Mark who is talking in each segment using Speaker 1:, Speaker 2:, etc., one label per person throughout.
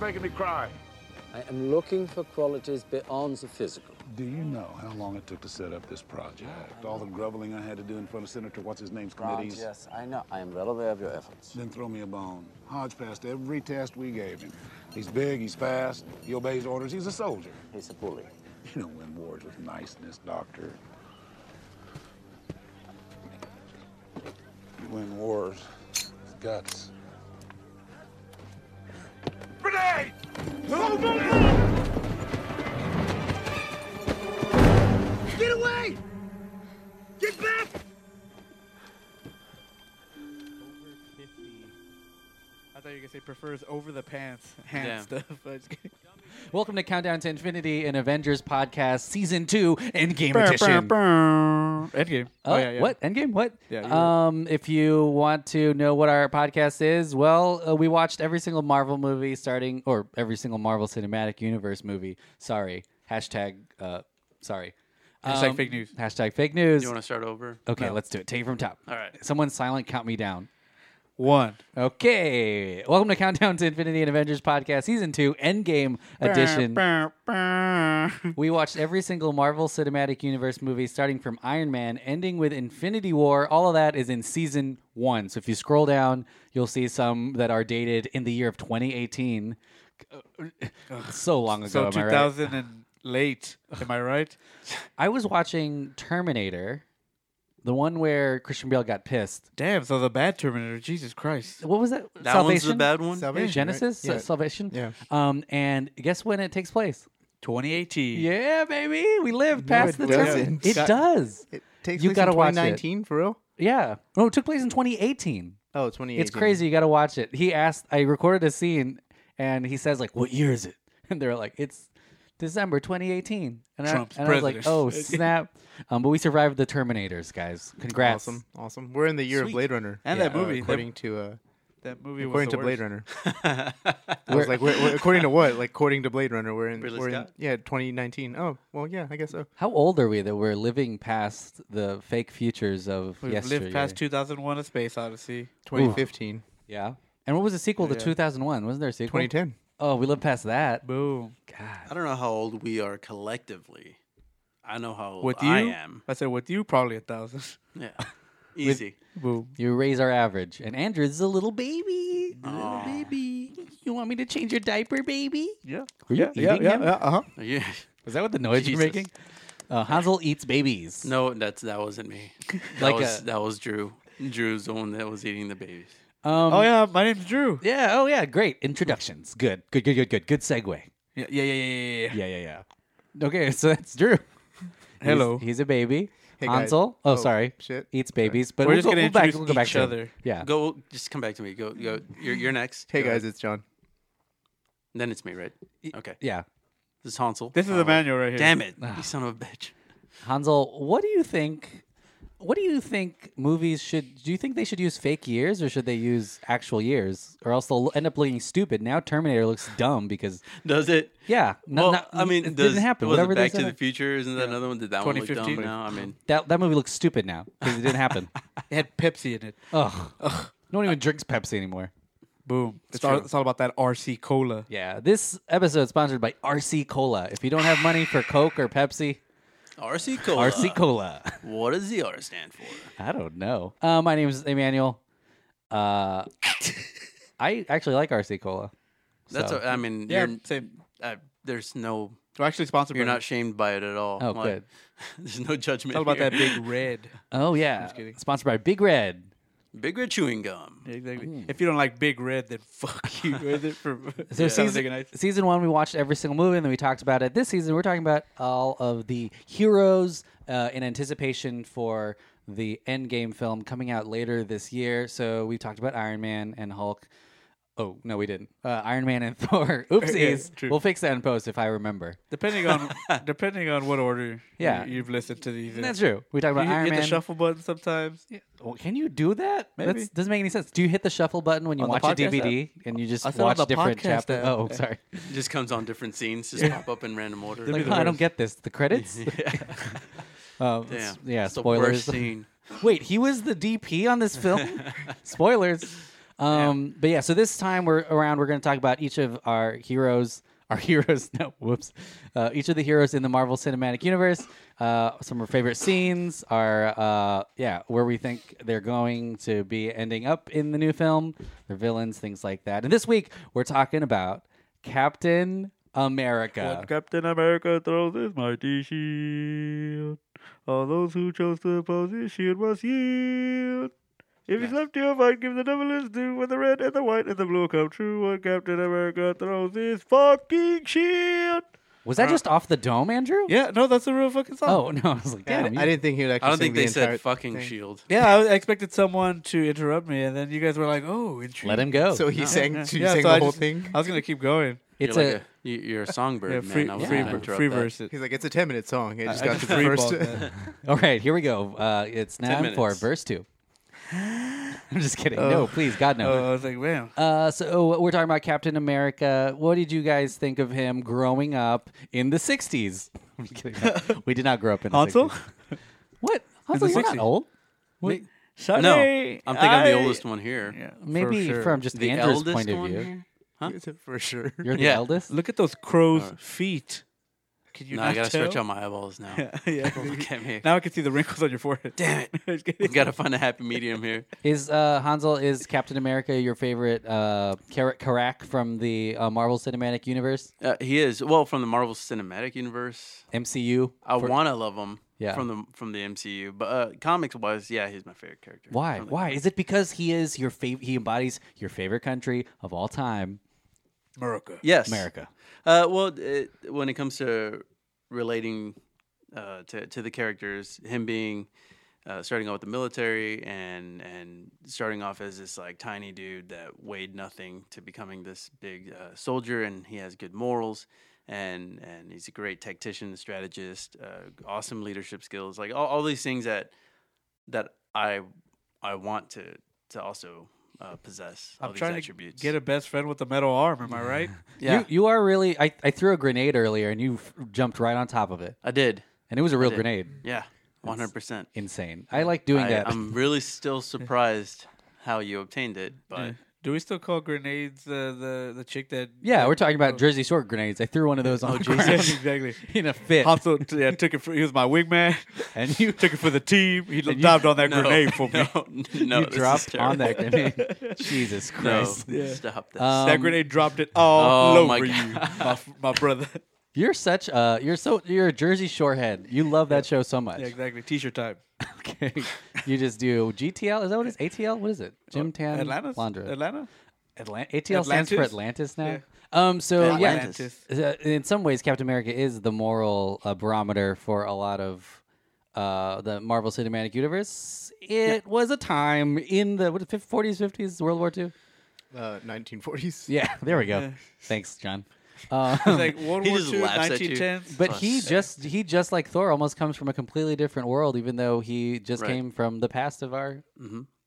Speaker 1: making me cry.
Speaker 2: I am looking for qualities beyond the physical.
Speaker 1: Do you know how long it took to set up this project? All the groveling I had to do in front of Senator What's-His-Name's committees?
Speaker 2: yes, I know. I am well aware of your efforts.
Speaker 1: Then throw me a bone. Hodge passed every test we gave him. He's big, he's fast, he obeys orders, he's a soldier.
Speaker 2: He's a bully.
Speaker 1: You don't win wars with niceness, Doctor. You win wars with guts. Grenade! Get away! Get back!
Speaker 3: I thought you were gonna say prefers over the pants hand
Speaker 4: Yeah.
Speaker 3: stuff. I was kidding.
Speaker 5: Welcome to Countdown to Infinity and Avengers podcast, season two, Endgame edition.
Speaker 3: Endgame.
Speaker 5: Oh, What Endgame? What?
Speaker 3: Yeah, you were-
Speaker 5: um, if you want to know what our podcast is, well, uh, we watched every single Marvel movie starting, or every single Marvel Cinematic Universe movie. Sorry. Hashtag. Uh, sorry. Um,
Speaker 3: Hashtag fake news.
Speaker 5: Hashtag fake news.
Speaker 4: You want to start over?
Speaker 5: okay, let's do it. Take it from top.
Speaker 4: All right.
Speaker 5: Someone silent count me down.
Speaker 3: One.
Speaker 5: Okay. Welcome to Countdown to Infinity and Avengers podcast, season two, Endgame edition. We watched every single Marvel Cinematic Universe movie starting from Iron Man, ending with Infinity War. All of that is in season one. So if you scroll down, you'll see some that are dated in the year of 2018. So long ago,
Speaker 3: So
Speaker 5: am I right?
Speaker 3: 2000 and late. Am I right?
Speaker 5: I was watching Terminator, the one where Christian Bale got pissed.
Speaker 3: Damn. So the bad Terminator. Jesus Christ.
Speaker 5: What was that?
Speaker 4: That one's the
Speaker 5: Salvation?
Speaker 4: bad one.
Speaker 3: Salvation, right?
Speaker 5: Genesis?
Speaker 3: Yeah.
Speaker 5: Salvation?
Speaker 3: Yeah.
Speaker 5: Um, and guess when it takes place?
Speaker 3: 2018.
Speaker 5: Yeah, baby. We lived past the
Speaker 6: it
Speaker 5: term.
Speaker 6: doesn't.
Speaker 5: It does.
Speaker 6: It takes
Speaker 5: You
Speaker 6: place
Speaker 5: gotta
Speaker 6: in
Speaker 5: watch it.
Speaker 6: 2019 for real.
Speaker 5: Yeah. No, Oh, it took place in 2018.
Speaker 6: Oh, 2018.
Speaker 5: It's crazy. You got to watch it. He asked, I recorded a scene and he says, like, what year is it? And they're like, it's December 2018. And,
Speaker 3: Trump's
Speaker 5: I, and I was like,
Speaker 3: president.
Speaker 5: oh, snap. Um, but we survived the Terminators, guys. Congrats.
Speaker 6: Awesome, awesome. We're in the year
Speaker 3: Sweet.
Speaker 6: of Blade Runner,
Speaker 3: And that
Speaker 6: uh,
Speaker 3: movie, that-
Speaker 6: according to uh,
Speaker 3: That movie was
Speaker 6: according
Speaker 3: the
Speaker 6: to Blade
Speaker 3: worst.
Speaker 6: Runner. I was like, we're, we're- according to what? Like, according to Blade Runner, we're in,
Speaker 4: Ridley
Speaker 6: we're in,
Speaker 4: Scott?
Speaker 6: yeah, 2019. Oh, well, yeah, I guess so.
Speaker 5: How old are we that we're living past the fake futures of
Speaker 3: We've
Speaker 5: yesteryear?
Speaker 3: lived past 2001: A Space Odyssey.
Speaker 6: 2015,
Speaker 5: Yeah. And what was the sequel to 2001? Wasn't there a sequel?
Speaker 6: 2010.
Speaker 5: Oh, we lived past that.
Speaker 3: Boom.
Speaker 4: I don't know how old we are collectively. I know how old
Speaker 3: With you,
Speaker 4: I am.
Speaker 3: I said with you, probably a thousand.
Speaker 4: Yeah, easy.
Speaker 3: Boom.
Speaker 5: You raise our average. And Andrew's a little baby. Little baby. You want me to change your diaper, baby?
Speaker 3: Ah. Yeah.
Speaker 5: Were you eating him?
Speaker 3: uh-huh.
Speaker 6: uh huh.
Speaker 4: Yeah.
Speaker 5: Is that what the noise
Speaker 4: Jesus.
Speaker 5: you're making? Uh, Hansel eats babies.
Speaker 4: No, that's that wasn't me. That
Speaker 5: Like
Speaker 4: was
Speaker 5: a-
Speaker 4: that was Drew. Drew's the one that was eating the babies.
Speaker 5: Um,
Speaker 3: Oh yeah, my name's Drew.
Speaker 5: Yeah. Oh yeah. Great introductions. Good. Good. Good. Good. Good. Good segue.
Speaker 3: Yeah, yeah, yeah, yeah, yeah.
Speaker 5: Yeah. Yeah. Yeah. Okay. So that's Drew.
Speaker 3: Hello.
Speaker 5: He's, he's a baby.
Speaker 6: Hey, guys.
Speaker 5: Hansel. Oh,
Speaker 6: Oh,
Speaker 5: sorry.
Speaker 6: shit.
Speaker 5: Eats babies. But
Speaker 3: We're
Speaker 5: we'll
Speaker 3: just
Speaker 5: go,
Speaker 3: gonna
Speaker 5: we'll back,
Speaker 3: introduce
Speaker 5: we'll go back
Speaker 3: each
Speaker 5: to it.
Speaker 3: other.
Speaker 5: Yeah.
Speaker 4: Go, just come back to me. Go, go. You're, you're next.
Speaker 6: Hey
Speaker 4: Go
Speaker 6: guys,
Speaker 4: ahead.
Speaker 6: it's John.
Speaker 4: then it's me, right? Okay,
Speaker 5: Yeah.
Speaker 4: this is Hansel. Oh.
Speaker 3: This is Emmanuel right here.
Speaker 4: Damn it,
Speaker 5: Ah.
Speaker 4: you son of a bitch.
Speaker 5: Hansel, what do you think? What do you think movies should? Do you think they should use fake years or should they use actual years? Or else they'll end up looking stupid. Now Terminator looks dumb because
Speaker 4: Does it?
Speaker 5: yeah, no,
Speaker 4: well,
Speaker 5: not-
Speaker 4: I mean,
Speaker 5: it
Speaker 4: does,
Speaker 5: didn't happen.
Speaker 4: Was
Speaker 5: Whatever
Speaker 4: it
Speaker 5: they
Speaker 4: Back to
Speaker 5: said-
Speaker 4: the Future? Isn't that another one? Did that one look dumb
Speaker 3: 2015?
Speaker 4: now? I mean,
Speaker 5: that that movie looks stupid now because it didn't happen.
Speaker 3: It had Pepsi in it.
Speaker 5: Ugh. No one even drinks Pepsi anymore.
Speaker 3: Boom. It's all, it's all about that RC cola.
Speaker 5: Yeah. This episode is sponsored by RC Cola. If you don't have money for Coke or Pepsi,
Speaker 4: RC Cola.
Speaker 5: RC Cola.
Speaker 4: What does the R stand for?
Speaker 5: I don't know. Uh, my name is Emmanuel. Uh, I actually like RC Cola.
Speaker 4: That's.
Speaker 5: So-
Speaker 4: a- I mean,
Speaker 3: Yeah,
Speaker 4: you're,
Speaker 3: same.
Speaker 4: I, there's no.
Speaker 3: We're actually sponsored.
Speaker 4: You're
Speaker 3: by
Speaker 4: not shamed by it at all.
Speaker 5: Oh, good.
Speaker 4: There's no judgment.
Speaker 3: It's all about
Speaker 4: here.
Speaker 3: that big red.
Speaker 5: Oh yeah.
Speaker 3: kidding.
Speaker 5: Sponsored by Big Red.
Speaker 4: big red chewing gum.
Speaker 3: Exactly. If you don't like big red, then fuck you. Is it from
Speaker 5: So season, season one, we watched every single movie, and then we talked about it. This season, we're talking about all of the heroes uh, in anticipation for the Endgame film coming out later this year. So we talked about Iron Man and Hulk. Oh no, we didn't. Uh, Iron Man and Thor. Oopsies.
Speaker 3: true.
Speaker 5: we'll fix that in post if I remember.
Speaker 3: depending on depending on what order
Speaker 5: Yeah.
Speaker 3: you, have listened to these. in.
Speaker 5: That's true. We talked
Speaker 3: You
Speaker 5: about
Speaker 3: can
Speaker 5: Iron
Speaker 3: hit
Speaker 5: Man.
Speaker 3: the oh, shuffle button sometimes.
Speaker 5: Well, can you do that?
Speaker 3: Maybe.
Speaker 5: That doesn't make any sense. Do you hit the shuffle button when you
Speaker 3: On the
Speaker 5: watch a
Speaker 3: podcast
Speaker 5: DVD and you just
Speaker 3: I said on
Speaker 5: watch
Speaker 3: the
Speaker 5: different
Speaker 3: podcast
Speaker 5: chapters?
Speaker 3: app.
Speaker 5: Oh, sorry.
Speaker 4: Just comes on different scenes, just pop up in random order.
Speaker 5: Like,
Speaker 3: the
Speaker 5: huh, I don't
Speaker 3: worst.
Speaker 5: get this. The credits. Um, s-
Speaker 4: Damn.
Speaker 5: Yeah.
Speaker 4: It's the
Speaker 5: spoilers.
Speaker 4: worst scene.
Speaker 5: Wait, he was the DP on this film. spoilers. Um, But yeah, so this time we're around, we're going to talk about each of our heroes. Our heroes, no, whoops. Uh, each of the heroes in the Marvel Cinematic Universe, uh, some of our favorite scenes, our, uh, yeah, where we think they're going to be ending up in the new film, their villains, things like that. And this week, we're talking about Captain America.
Speaker 3: Captain America throws is mighty shield. All those who chose to oppose his shield must yield. If he's left to a fight, give the devil his due. When the red and the white and the blue come true, when Captain America throws his fucking shield.
Speaker 5: Was that just off the dome, Andrew?
Speaker 3: Yeah, no, that's a real fucking song.
Speaker 5: Oh, no, I was like,
Speaker 6: I,
Speaker 5: damn. you-
Speaker 6: I didn't think he would actually.
Speaker 4: I don't
Speaker 6: sing
Speaker 4: think
Speaker 6: the
Speaker 4: they said
Speaker 6: entire
Speaker 4: fucking
Speaker 6: thing.
Speaker 4: shield.
Speaker 3: Yeah, I expected someone to interrupt me, and then you guys were like, "Oh, intriguing."
Speaker 5: Let him go.
Speaker 6: So he sang.
Speaker 3: Yeah,
Speaker 6: He
Speaker 3: yeah,
Speaker 6: sang
Speaker 3: so
Speaker 6: the
Speaker 3: I
Speaker 6: whole
Speaker 3: just-
Speaker 6: thing.
Speaker 3: I was gonna keep going.
Speaker 5: it's
Speaker 4: you're
Speaker 5: a,
Speaker 4: like a, you- you're a songbird,
Speaker 3: Yeah, free,
Speaker 4: man. I was
Speaker 3: free,
Speaker 4: gonna
Speaker 3: ver-
Speaker 4: interrupt
Speaker 3: free
Speaker 4: that.
Speaker 3: verse. It.
Speaker 6: He's like, it's a ten minute song. It just
Speaker 3: I
Speaker 6: got
Speaker 3: just
Speaker 6: to the
Speaker 3: free-balled
Speaker 6: first.
Speaker 3: that.
Speaker 5: All right, here we go. Uh, it's time for
Speaker 4: minutes.
Speaker 5: verse two. I'm just kidding. no, please, God
Speaker 3: Oh, I
Speaker 5: no.
Speaker 3: was like, "Man,
Speaker 5: Uh, so we're talking about Captain America. What did you guys think of him growing up in the '60s? I'm just kidding. we did not grow up in the
Speaker 3: Hansel,
Speaker 5: 60s. What? Hansel,
Speaker 3: the
Speaker 5: you're not
Speaker 3: 60s.
Speaker 5: old. What?
Speaker 3: Sunny,
Speaker 4: No, I'm thinking I'm the
Speaker 3: I-
Speaker 4: oldest one here.
Speaker 3: Yeah, for
Speaker 5: Maybe
Speaker 3: sure.
Speaker 5: from just
Speaker 4: The
Speaker 5: Andrew's
Speaker 4: eldest
Speaker 5: point of
Speaker 4: one
Speaker 5: view,
Speaker 4: here?
Speaker 6: For sure.
Speaker 5: you're the
Speaker 4: Yeah.
Speaker 5: eldest.
Speaker 3: Look at those crow's feet. Can you
Speaker 4: No,
Speaker 3: not
Speaker 4: I gotta
Speaker 3: tell?
Speaker 4: stretch out my eyeballs now.
Speaker 3: yeah.
Speaker 4: Don't Look at me.
Speaker 3: Now I can see the wrinkles on your forehead. Damn
Speaker 4: You
Speaker 3: it!
Speaker 4: gotta find a happy medium here.
Speaker 5: Is uh, Hansel is Captain America your favorite uh, Kar- Karak from the uh, Marvel Cinematic Universe
Speaker 4: Uh, he is well from the Marvel Cinematic Universe.
Speaker 5: MCU?
Speaker 4: I want to love him.
Speaker 5: Yeah.
Speaker 4: From the from the MCU, but uh, comics wise, yeah, he's my favorite character.
Speaker 5: Why?
Speaker 4: From the
Speaker 5: Why
Speaker 4: comics.
Speaker 5: is it because he is your favorite? He embodies your favorite country of all time,
Speaker 3: America.
Speaker 4: Yes,
Speaker 5: America.
Speaker 4: Uh, well, it, when it comes to relating uh, to to the characters, him being uh, starting out with the military and and starting off as this like tiny dude that weighed nothing to becoming this big uh, soldier, and he has good morals. And, and he's a great tactician, strategist, uh, awesome leadership skills, like all, all these things that that I I want to to also uh, possess. All
Speaker 3: I'm
Speaker 4: these
Speaker 3: trying
Speaker 4: attributes.
Speaker 3: to get a best friend with a metal arm. Am I right?
Speaker 4: yeah,
Speaker 5: You, you are really. I, I threw a grenade earlier, and you f- jumped right on top of it,
Speaker 4: I did.
Speaker 5: and it was a real
Speaker 4: did.
Speaker 5: grenade.
Speaker 4: Yeah, one hundred percent.
Speaker 5: Insane. I like doing
Speaker 4: I, um,
Speaker 5: that.
Speaker 4: I'm really still surprised how you obtained it, but
Speaker 3: Do we still call grenades uh, the the chick that?
Speaker 5: yeah, we're talking
Speaker 4: Oh.
Speaker 5: about Jersey Shore grenades. I threw one of those on the ground
Speaker 3: Yes, exactly.
Speaker 5: in a fit,
Speaker 3: Hansel t- yeah, took it. For, he was my wingman.
Speaker 5: and you
Speaker 3: took it for the team. He dived on that grenade for me.
Speaker 4: no, no,
Speaker 5: you
Speaker 4: this is
Speaker 5: dropped on that
Speaker 4: terrible.
Speaker 5: grenade. Jesus
Speaker 4: No,
Speaker 5: Christ!
Speaker 4: stop this.
Speaker 5: Um,
Speaker 3: that grenade dropped it all
Speaker 4: Oh,
Speaker 3: over
Speaker 4: my
Speaker 3: you, my, f- my brother.
Speaker 5: You're such a you're so you're a Jersey Shore head. You love that show so much.
Speaker 3: yeah, exactly. T-shirt time.
Speaker 5: Okay, you just do GTL. Is that what it is? ATL? What is it? Gym Tan
Speaker 3: Atlanta.
Speaker 5: Laundra.
Speaker 3: Atlanta.
Speaker 5: Atlan- ATL stands for
Speaker 3: Atlantis?
Speaker 5: Atlantis now.
Speaker 3: Yeah.
Speaker 5: Um, so
Speaker 4: Atlantis.
Speaker 5: yeah, uh, in some ways, Captain America is the moral uh, barometer for a lot of uh, the Marvel Cinematic Universe. It was a time in the what, 50s, 40s, 50s, World War II.
Speaker 6: Uh, 1940s.
Speaker 5: Yeah, there we go. Thanks, John. Um,
Speaker 3: It's like World
Speaker 4: He
Speaker 3: War
Speaker 4: just
Speaker 3: II,
Speaker 4: laughs at you.
Speaker 3: 1910s.
Speaker 5: but he
Speaker 4: Us.
Speaker 5: just he just like Thor almost comes from a completely different world, even though he just
Speaker 4: Right.
Speaker 5: came from the past of our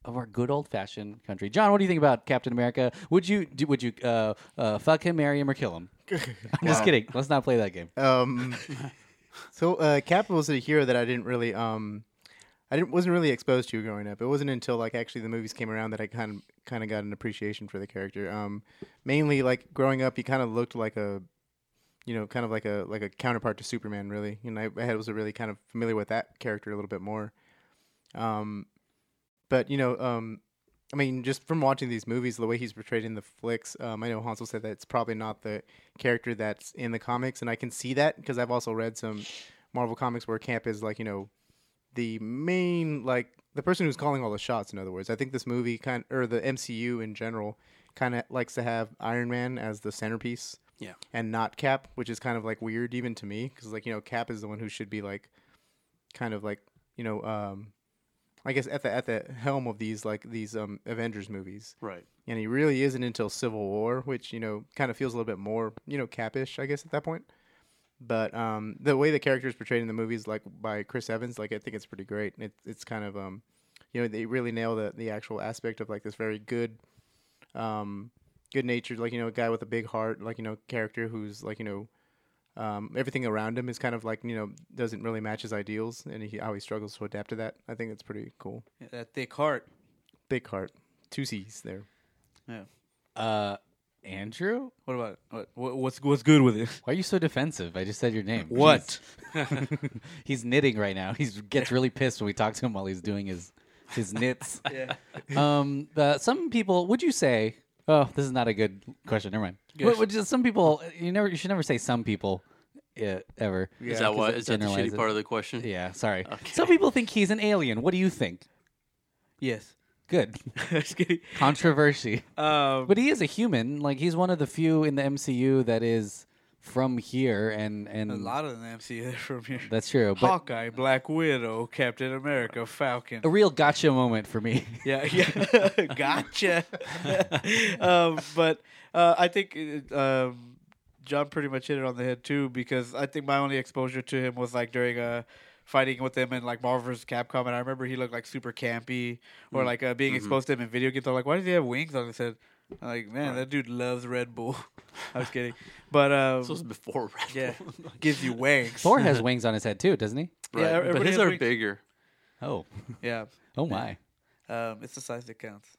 Speaker 5: of our good old fashioned country. John, what do you think about Captain America? Would you do, would you uh, uh, fuck him, marry him, or kill him? I'm just kidding. Let's not play that game.
Speaker 6: Um, so uh, Cap was a hero that I didn't really, um, I didn't wasn't really exposed to growing up. It wasn't until like actually the movies came around that I kind of kind of got an appreciation for the character. Um, mainly like growing up, he kind of looked like a, you know, kind of like a like a counterpart to Superman. Really, you know, I, I had- was really kind of familiar with that character a little bit more. Um, but you know, um, I mean, just from watching these movies, the way he's portrayed in the flicks, um, I know Hansel said that it's probably not the character that's in the comics, and I can see that because I've also read some Marvel comics where Cap is like, you know, the main like the person who's calling all the shots. In other words, I think this movie kind or the MCU in general kind of likes to have Iron Man as the centerpiece
Speaker 4: yeah,
Speaker 6: and not Cap, which is kind of like weird even to me because like you know Cap is the one who should be like kind of like you know um I guess at the at the helm of these like these um Avengers movies.
Speaker 4: right.
Speaker 6: And he really isn't until Civil War, which you know kind of feels a little bit more you know capish, I guess at that point. But um, the way the character is portrayed in the movies, like by Chris Evans, like I think it's pretty great. It, it's kind of um, you know they really nail the the actual aspect of like this very good, um, good natured like you know a guy with a big heart, like you know character who's like you know. Um, everything around him is kind of like you know doesn't really match his ideals, and he, how he struggles to adapt to that. I think it's pretty cool.
Speaker 3: that thick heart.
Speaker 6: Big heart, two C's there.
Speaker 4: Yeah.
Speaker 5: Uh, Andrew,
Speaker 7: What about it? What, what, what's what's good with it?
Speaker 5: why are you so defensive? I just said your name.
Speaker 7: What?
Speaker 5: Jeez. he's knitting right now. He gets really pissed when we talk to him while he's doing his his knits.
Speaker 4: Yeah.
Speaker 5: um, uh, some people, would you say? Oh, this is not a good question. Never mind. What, what, just some people, you never, you should never say some people, uh, ever.
Speaker 4: Is that what?
Speaker 5: it
Speaker 4: Is that the
Speaker 5: generalizes.
Speaker 4: shitty part of the question?
Speaker 5: Yeah, sorry. Some people think he's an alien. What do you think?
Speaker 7: Yes.
Speaker 5: Good
Speaker 7: Just kidding.
Speaker 5: controversy,
Speaker 7: Um,
Speaker 5: but he is a human. Like he's one of the few in the MCU that is from here, and and
Speaker 7: a lot of the MCU are from here.
Speaker 5: that's true. But
Speaker 7: Hawkeye, Black Widow, Captain America, Falcon.
Speaker 5: a real gotcha moment for me.
Speaker 7: Yeah, yeah, gotcha. um, but uh, I think uh, um, John pretty much hit it on the head too, because I think my only exposure to him was like during uh, fighting with him in like Marvel vs. Capcom, and I remember he looked like super campy, or like uh, being exposed to him in video games. I'm like, why does he have wings on his head? I'm like, man, that dude loves Red Bull. I was kidding, but um,
Speaker 4: This was before Red
Speaker 7: yeah,
Speaker 4: Bull.
Speaker 7: gives you wings.
Speaker 5: Thor has wings on his head too, doesn't he?
Speaker 4: Right.
Speaker 7: Yeah,
Speaker 4: but
Speaker 7: everybody
Speaker 4: his
Speaker 7: has
Speaker 4: are
Speaker 7: wings.
Speaker 4: bigger.
Speaker 5: Oh,
Speaker 7: Yeah,
Speaker 5: oh my.
Speaker 7: um, it's the size that counts.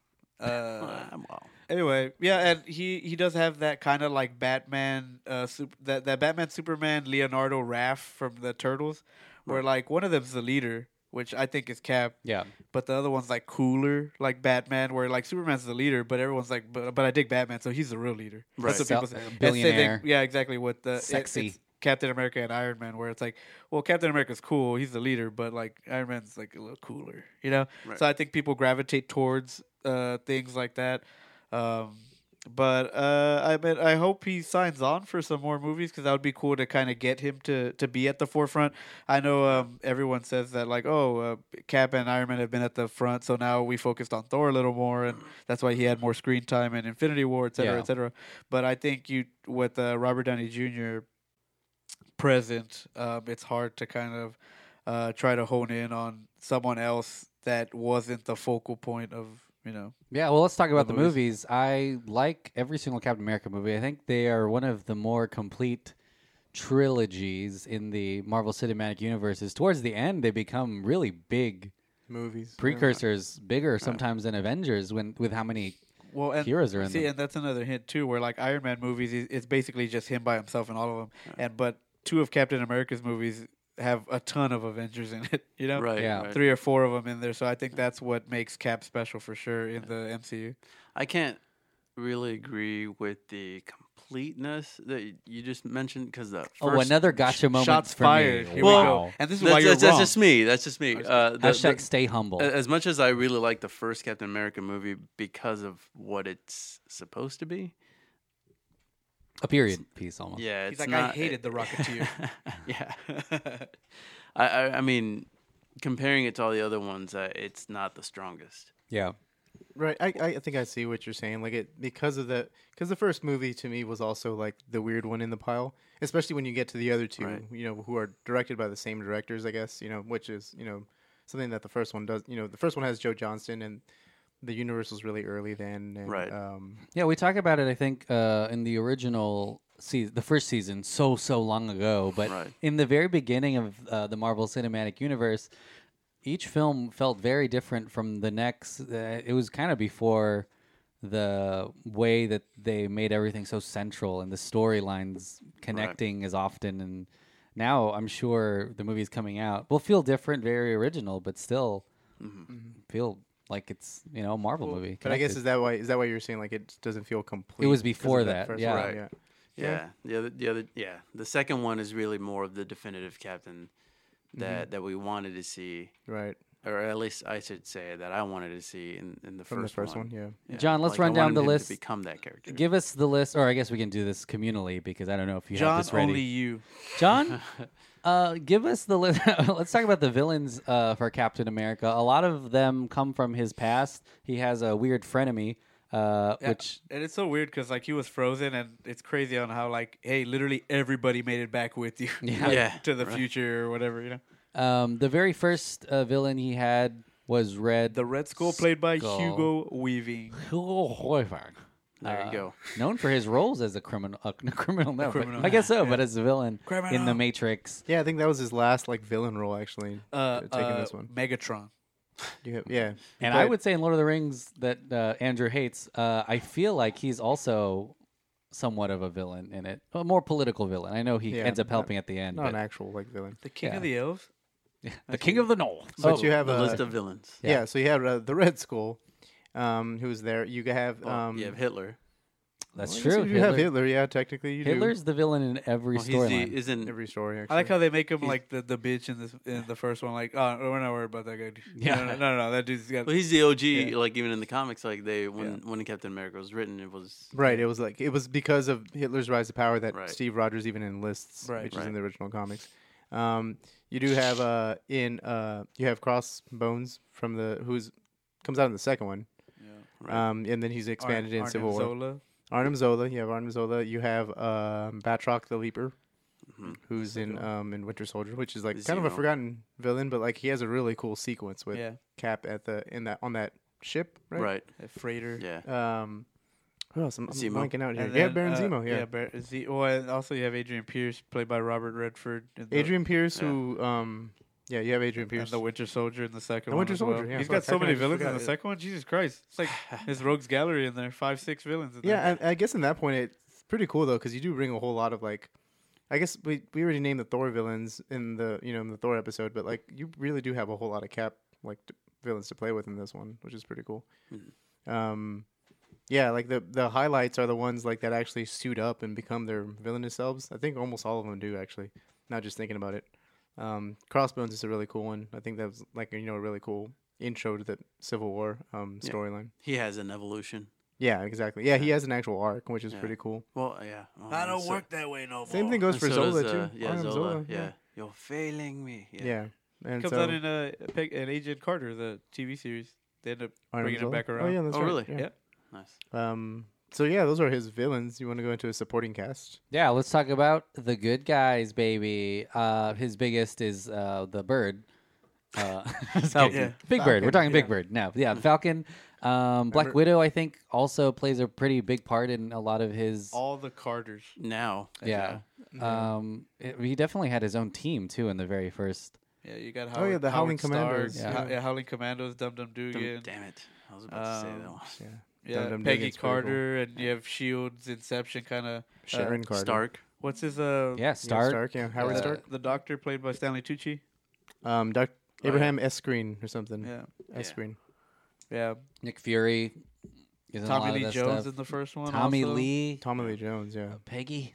Speaker 7: Uh,
Speaker 4: Ah, wow.
Speaker 7: Anyway, yeah, and he he does have that kind of like Batman, uh, super, that that Batman Superman Leonardo Raff from the Turtles, where like one of them's the leader, which I think is Cap,
Speaker 5: Yeah,
Speaker 7: but the other one's like cooler, like Batman, where like Superman's the leader, but everyone's like, but, but I dig Batman, so he's the real leader.
Speaker 4: Right.
Speaker 7: That's what people
Speaker 5: So-
Speaker 7: say.
Speaker 5: a
Speaker 7: And same thing-
Speaker 5: billionaire.
Speaker 7: yeah, exactly. What the it-
Speaker 5: Sexy.
Speaker 7: it's Captain America and Iron Man, where it's like, well, Captain America's cool, he's the leader, but like Iron Man's like a little cooler, you know.
Speaker 4: Right.
Speaker 7: So I think people gravitate towards uh, things like that. Um, but uh, I mean, I hope he signs on for some more movies because that would be cool to kind of get him to, to be at the forefront. I know um, everyone says that like, oh, uh, Cap and Iron Man have been at the front, so now we focused on Thor a little more, and that's why he had more screen time in Infinity War, et cetera,
Speaker 5: Yeah.
Speaker 7: et cetera. But I think you with uh, Robert Downey Jr. present, um, it's hard to kind of uh, try to hone in on someone else that wasn't the focal point of you know
Speaker 5: yeah. Well, let's talk about the,
Speaker 7: The
Speaker 5: movies. I like every single Captain America movie. I think they are one of the more complete trilogies in the Marvel Cinematic Universes. Towards the end, they become really big
Speaker 6: movies.
Speaker 5: precursors, bigger sometimes than Avengers. When with how many?
Speaker 7: well and
Speaker 5: Heroes are in
Speaker 7: see
Speaker 5: them.
Speaker 7: and that's another hint too where like iron man movies is- it's basically just him by himself in all of them and but two of captain america's movies have a ton of avengers in it you know
Speaker 4: Right.
Speaker 5: Yeah.
Speaker 4: right.
Speaker 7: three or four of them in there so i think that's what makes cap special for sure in the mcu
Speaker 4: I can't really agree with the completeness that y- you just mentioned because the first
Speaker 5: oh, another gotcha moment
Speaker 7: shots
Speaker 5: for me.
Speaker 7: fired Here
Speaker 4: Well-
Speaker 7: we go. and this is why
Speaker 4: that's,
Speaker 7: you're
Speaker 4: that's,
Speaker 7: wrong
Speaker 4: that's just me. That's just me. Uh, the-
Speaker 5: Hashtag
Speaker 4: the-
Speaker 5: stay humble.
Speaker 7: uh,
Speaker 4: a- as much as I really like the first Captain America movie because of what it's supposed to be,
Speaker 5: a period piece almost.
Speaker 4: yeah,
Speaker 7: he's
Speaker 4: it's
Speaker 7: like i
Speaker 4: not,
Speaker 7: hated the rocketeer
Speaker 4: yeah. I, I I mean, comparing it to all the other ones, uh, it's not the strongest.
Speaker 5: Yeah.
Speaker 6: Right. I, I think I see what you're saying. Like it because of the because the first movie to me was also like the weird one in the pile, especially when you get to the other two,
Speaker 4: Right.
Speaker 6: you know, who are directed by the same directors, I guess, you know, which is, you know, something that the first one does, you know, the first one has Joe Johnston and the universe was really early then and
Speaker 4: Right.
Speaker 6: um
Speaker 5: Yeah, we talk about it. I think uh, in the original season, the first season, so so long ago. But
Speaker 4: Right.
Speaker 5: in the very beginning of uh, the Marvel Cinematic Universe, each film felt very different from the next. Uh, it was kind of before the way that they made everything so central and the storylines connecting as often. And now I'm sure the movies coming out will feel different, very original, but still feel like it's you know a Marvel movie.
Speaker 6: but I guess
Speaker 5: connected.
Speaker 6: is that why is that why you're saying like it doesn't feel complete? 'cause of
Speaker 5: before that,
Speaker 6: first
Speaker 5: yeah.
Speaker 6: one?
Speaker 4: Right. Yeah. The other, the other, yeah. The second one is really more of the definitive captain that that we wanted to see,
Speaker 6: Right.
Speaker 4: or at least I should say that I wanted to see in, in the
Speaker 6: From
Speaker 4: first
Speaker 6: the first one, yeah.
Speaker 4: Yeah,
Speaker 5: John, let's
Speaker 4: I
Speaker 5: run down
Speaker 4: wanted
Speaker 5: the
Speaker 4: him
Speaker 5: list.
Speaker 4: To become that character.
Speaker 5: Give us the list, or I guess we can do this communally because I don't know if you have
Speaker 7: john
Speaker 5: this ready.
Speaker 7: only you
Speaker 5: John, uh, give us the list. Let's talk about the villains uh, for Captain America. A lot of them come from his past. He has a weird frenemy, uh, which
Speaker 7: and it's so weird because like he was frozen and it's crazy on how like hey literally everybody made it back with you
Speaker 5: Yeah.
Speaker 7: like,
Speaker 4: Yeah,
Speaker 7: to the future or whatever you know
Speaker 5: um, the very first uh, villain he had was Red.
Speaker 7: the red skull played by
Speaker 5: Skull.
Speaker 7: hugo weaving
Speaker 4: There you go.
Speaker 5: uh, Known for his roles as a criminal, a criminal, no, but-
Speaker 7: criminal.
Speaker 5: I guess so, but as a villain in the
Speaker 7: Criminal.
Speaker 5: Matrix.
Speaker 6: Yeah, I think that was his last like villain role actually.
Speaker 7: uh,
Speaker 6: taking this one.
Speaker 7: megatron
Speaker 6: You have, yeah.
Speaker 5: And I
Speaker 6: But-
Speaker 5: would say in Lord of the Rings that uh, Andrew hates, uh, I feel like he's also somewhat of a villain in it, a more political villain. I know he
Speaker 6: Yeah,
Speaker 5: ends up
Speaker 6: not-
Speaker 5: helping at the end.
Speaker 6: Not
Speaker 5: but
Speaker 6: an actual like villain.
Speaker 4: The King
Speaker 5: Yeah.
Speaker 4: of the Elves.
Speaker 5: the King of the North.
Speaker 6: But you have uh,
Speaker 4: the
Speaker 6: a
Speaker 4: list of villains.
Speaker 5: Yeah.
Speaker 6: yeah. So you have uh, the Red Skull, um, who was there. You have
Speaker 4: Well,
Speaker 6: um,
Speaker 4: you have Hitler.
Speaker 5: That's
Speaker 6: well, I guess
Speaker 5: true.
Speaker 6: You have
Speaker 5: Hitler-
Speaker 6: Hitler. Yeah, technically you
Speaker 5: Hitler's the villain in every
Speaker 4: Well, he's
Speaker 5: storyline.
Speaker 4: the isn't
Speaker 6: do every story. Actually.
Speaker 7: I like how they make him
Speaker 4: He's-
Speaker 7: like the, the bitch in this in the first one. Like, oh, we're not worried about that guy.
Speaker 5: Yeah.
Speaker 7: Yeah, no, no, no, no, that dude's got.
Speaker 4: well, he's the OG.
Speaker 7: Yeah.
Speaker 4: Like even in the comics, like they when when Captain America was written, it was
Speaker 6: Right. It was like it was because of Hitler's rise to power that
Speaker 4: Right.
Speaker 6: Steve Rogers even enlists,
Speaker 7: Right.
Speaker 6: which is
Speaker 4: Right.
Speaker 6: in the original comics. Um, you do have uh in uh you have Crossbones from the who's comes out in the second one.
Speaker 4: Right.
Speaker 6: Um, and then he's expanded in
Speaker 7: Arnim
Speaker 6: Civil War.
Speaker 7: Zola. uh,
Speaker 6: Arnim Zola. You have Arnim Zola. You have um, Batroc the Leaper,
Speaker 4: Mhm.
Speaker 6: who's in um, in Winter Soldier, which is like
Speaker 4: Is
Speaker 6: kind of a
Speaker 4: Zemo.
Speaker 6: forgotten villain, but like he has a really cool sequence with
Speaker 7: Yeah,
Speaker 6: Cap at the in that on that ship,
Speaker 4: right,
Speaker 6: right?
Speaker 7: a freighter.
Speaker 4: yeah.
Speaker 6: Um, who else? I'm, I'm
Speaker 4: Zemo.
Speaker 6: blanking out here.
Speaker 7: And
Speaker 6: yeah,
Speaker 7: then,
Speaker 6: Baron
Speaker 7: uh,
Speaker 6: Zemo. Yeah.
Speaker 7: yeah. Bar- Z- well, and also you have Adrian Pierce, played by Robert Redford. In the,
Speaker 6: Adrian Pierce,
Speaker 4: Yeah.
Speaker 6: who um, yeah, you have Adrian
Speaker 7: and
Speaker 6: Pierce.
Speaker 7: the Winter Soldier in the second.
Speaker 6: The
Speaker 7: one
Speaker 6: Winter
Speaker 7: as well.
Speaker 6: Soldier, yeah,
Speaker 7: He's
Speaker 6: fuck,
Speaker 7: got
Speaker 6: how
Speaker 7: so
Speaker 6: can I
Speaker 7: many
Speaker 6: just
Speaker 7: villains in
Speaker 6: forget
Speaker 7: the
Speaker 6: it?
Speaker 7: second one. Jesus Christ! It's like his Rogues Gallery in there. Five, six villains. In there.
Speaker 6: yeah, I, I guess in that point it's pretty cool though, because you do bring a whole lot of like, I guess we we already named the Thor villains in the you know in the Thor episode, but like you really do have a whole lot of Cap like d- villains to play with in this one, which is pretty cool. Um, yeah, like the the highlights are the ones like that actually suit up and become their villainous selves. I think almost all of them do actually. Not just thinking about it. Um, Crossbones is a really cool one. I think that was like you know a really cool intro to the Civil War um,
Speaker 4: Yeah.
Speaker 6: storyline.
Speaker 4: He has an evolution.
Speaker 6: Yeah, exactly. Yeah, he has an actual arc, which is
Speaker 4: Yeah.
Speaker 6: pretty cool.
Speaker 4: Well, yeah. Oh, and so-
Speaker 7: that way no
Speaker 6: Same thing goes
Speaker 4: and
Speaker 6: for
Speaker 4: so
Speaker 6: Zola
Speaker 4: does,
Speaker 6: too.
Speaker 4: uh, yeah,
Speaker 6: Arnim
Speaker 4: Zola. yeah.
Speaker 6: yeah,
Speaker 4: you're failing me. Yeah.
Speaker 6: Yeah. And
Speaker 7: Comes
Speaker 6: so,
Speaker 7: out in uh, Peg- an Agent Carter, the TV series. They end up
Speaker 6: Arnim
Speaker 7: bringing
Speaker 6: Zola.
Speaker 7: it back around.
Speaker 6: Oh yeah, that's
Speaker 4: Oh,
Speaker 6: right.
Speaker 4: really?
Speaker 6: Yeah.
Speaker 4: Nice.
Speaker 6: Um. So yeah, those are his villains. You want to go into a supporting cast? Uh,
Speaker 5: yeah, let's talk about the good guys, baby. Uh, his biggest is uh, the bird. Uh, Falcon.
Speaker 7: Yeah.
Speaker 5: Big Bird. We're
Speaker 6: Falcon,
Speaker 5: talking Big
Speaker 7: yeah.
Speaker 5: Bird. No, yeah, Falcon. Um, Black
Speaker 6: Remember-
Speaker 5: Widow, I think, also plays a pretty big part in a lot of his.
Speaker 7: All the Carters.
Speaker 4: Now,
Speaker 5: yeah.
Speaker 7: Mm-hmm.
Speaker 5: Um, it- he definitely had his own team too in the very first.
Speaker 7: Yeah, you got
Speaker 6: Oh, yeah,
Speaker 7: Howard,
Speaker 6: the Howling
Speaker 7: Howard Starr,
Speaker 6: Commandos,
Speaker 7: Yeah.
Speaker 5: yeah.
Speaker 7: Ho- yeah, Howling Commandos, Dum Dum
Speaker 4: Dum-
Speaker 7: Dugan.
Speaker 4: damn it, I was about to say that
Speaker 7: Um,
Speaker 4: one.
Speaker 6: Yeah.
Speaker 7: Yeah,
Speaker 6: Dum Dum
Speaker 7: Peggy
Speaker 6: Dugan's pretty cool.
Speaker 7: Carter, and you have Shields, Inception, kind of.
Speaker 6: Sharon Carter.
Speaker 4: Stark.
Speaker 7: What's his uh?
Speaker 5: Yeah,
Speaker 6: Yeah,
Speaker 5: Stark.
Speaker 6: Stark. Yeah. Howard
Speaker 5: uh,
Speaker 6: Stark.
Speaker 7: The doctor played by Stanley Tucci.
Speaker 6: Um. Doc-
Speaker 4: Oh, yeah.
Speaker 6: Abraham S. Green or something.
Speaker 7: Yeah,
Speaker 6: S.
Speaker 4: Yeah.
Speaker 6: Green.
Speaker 7: yeah.
Speaker 5: Nick Fury. is in a lot
Speaker 7: Tommy
Speaker 5: of
Speaker 7: Lee
Speaker 5: that
Speaker 7: Jones
Speaker 5: stuff.
Speaker 7: in the first one.
Speaker 5: Tommy
Speaker 7: also.
Speaker 5: Lee.
Speaker 6: Tommy Lee Jones. Yeah.
Speaker 5: Peggy.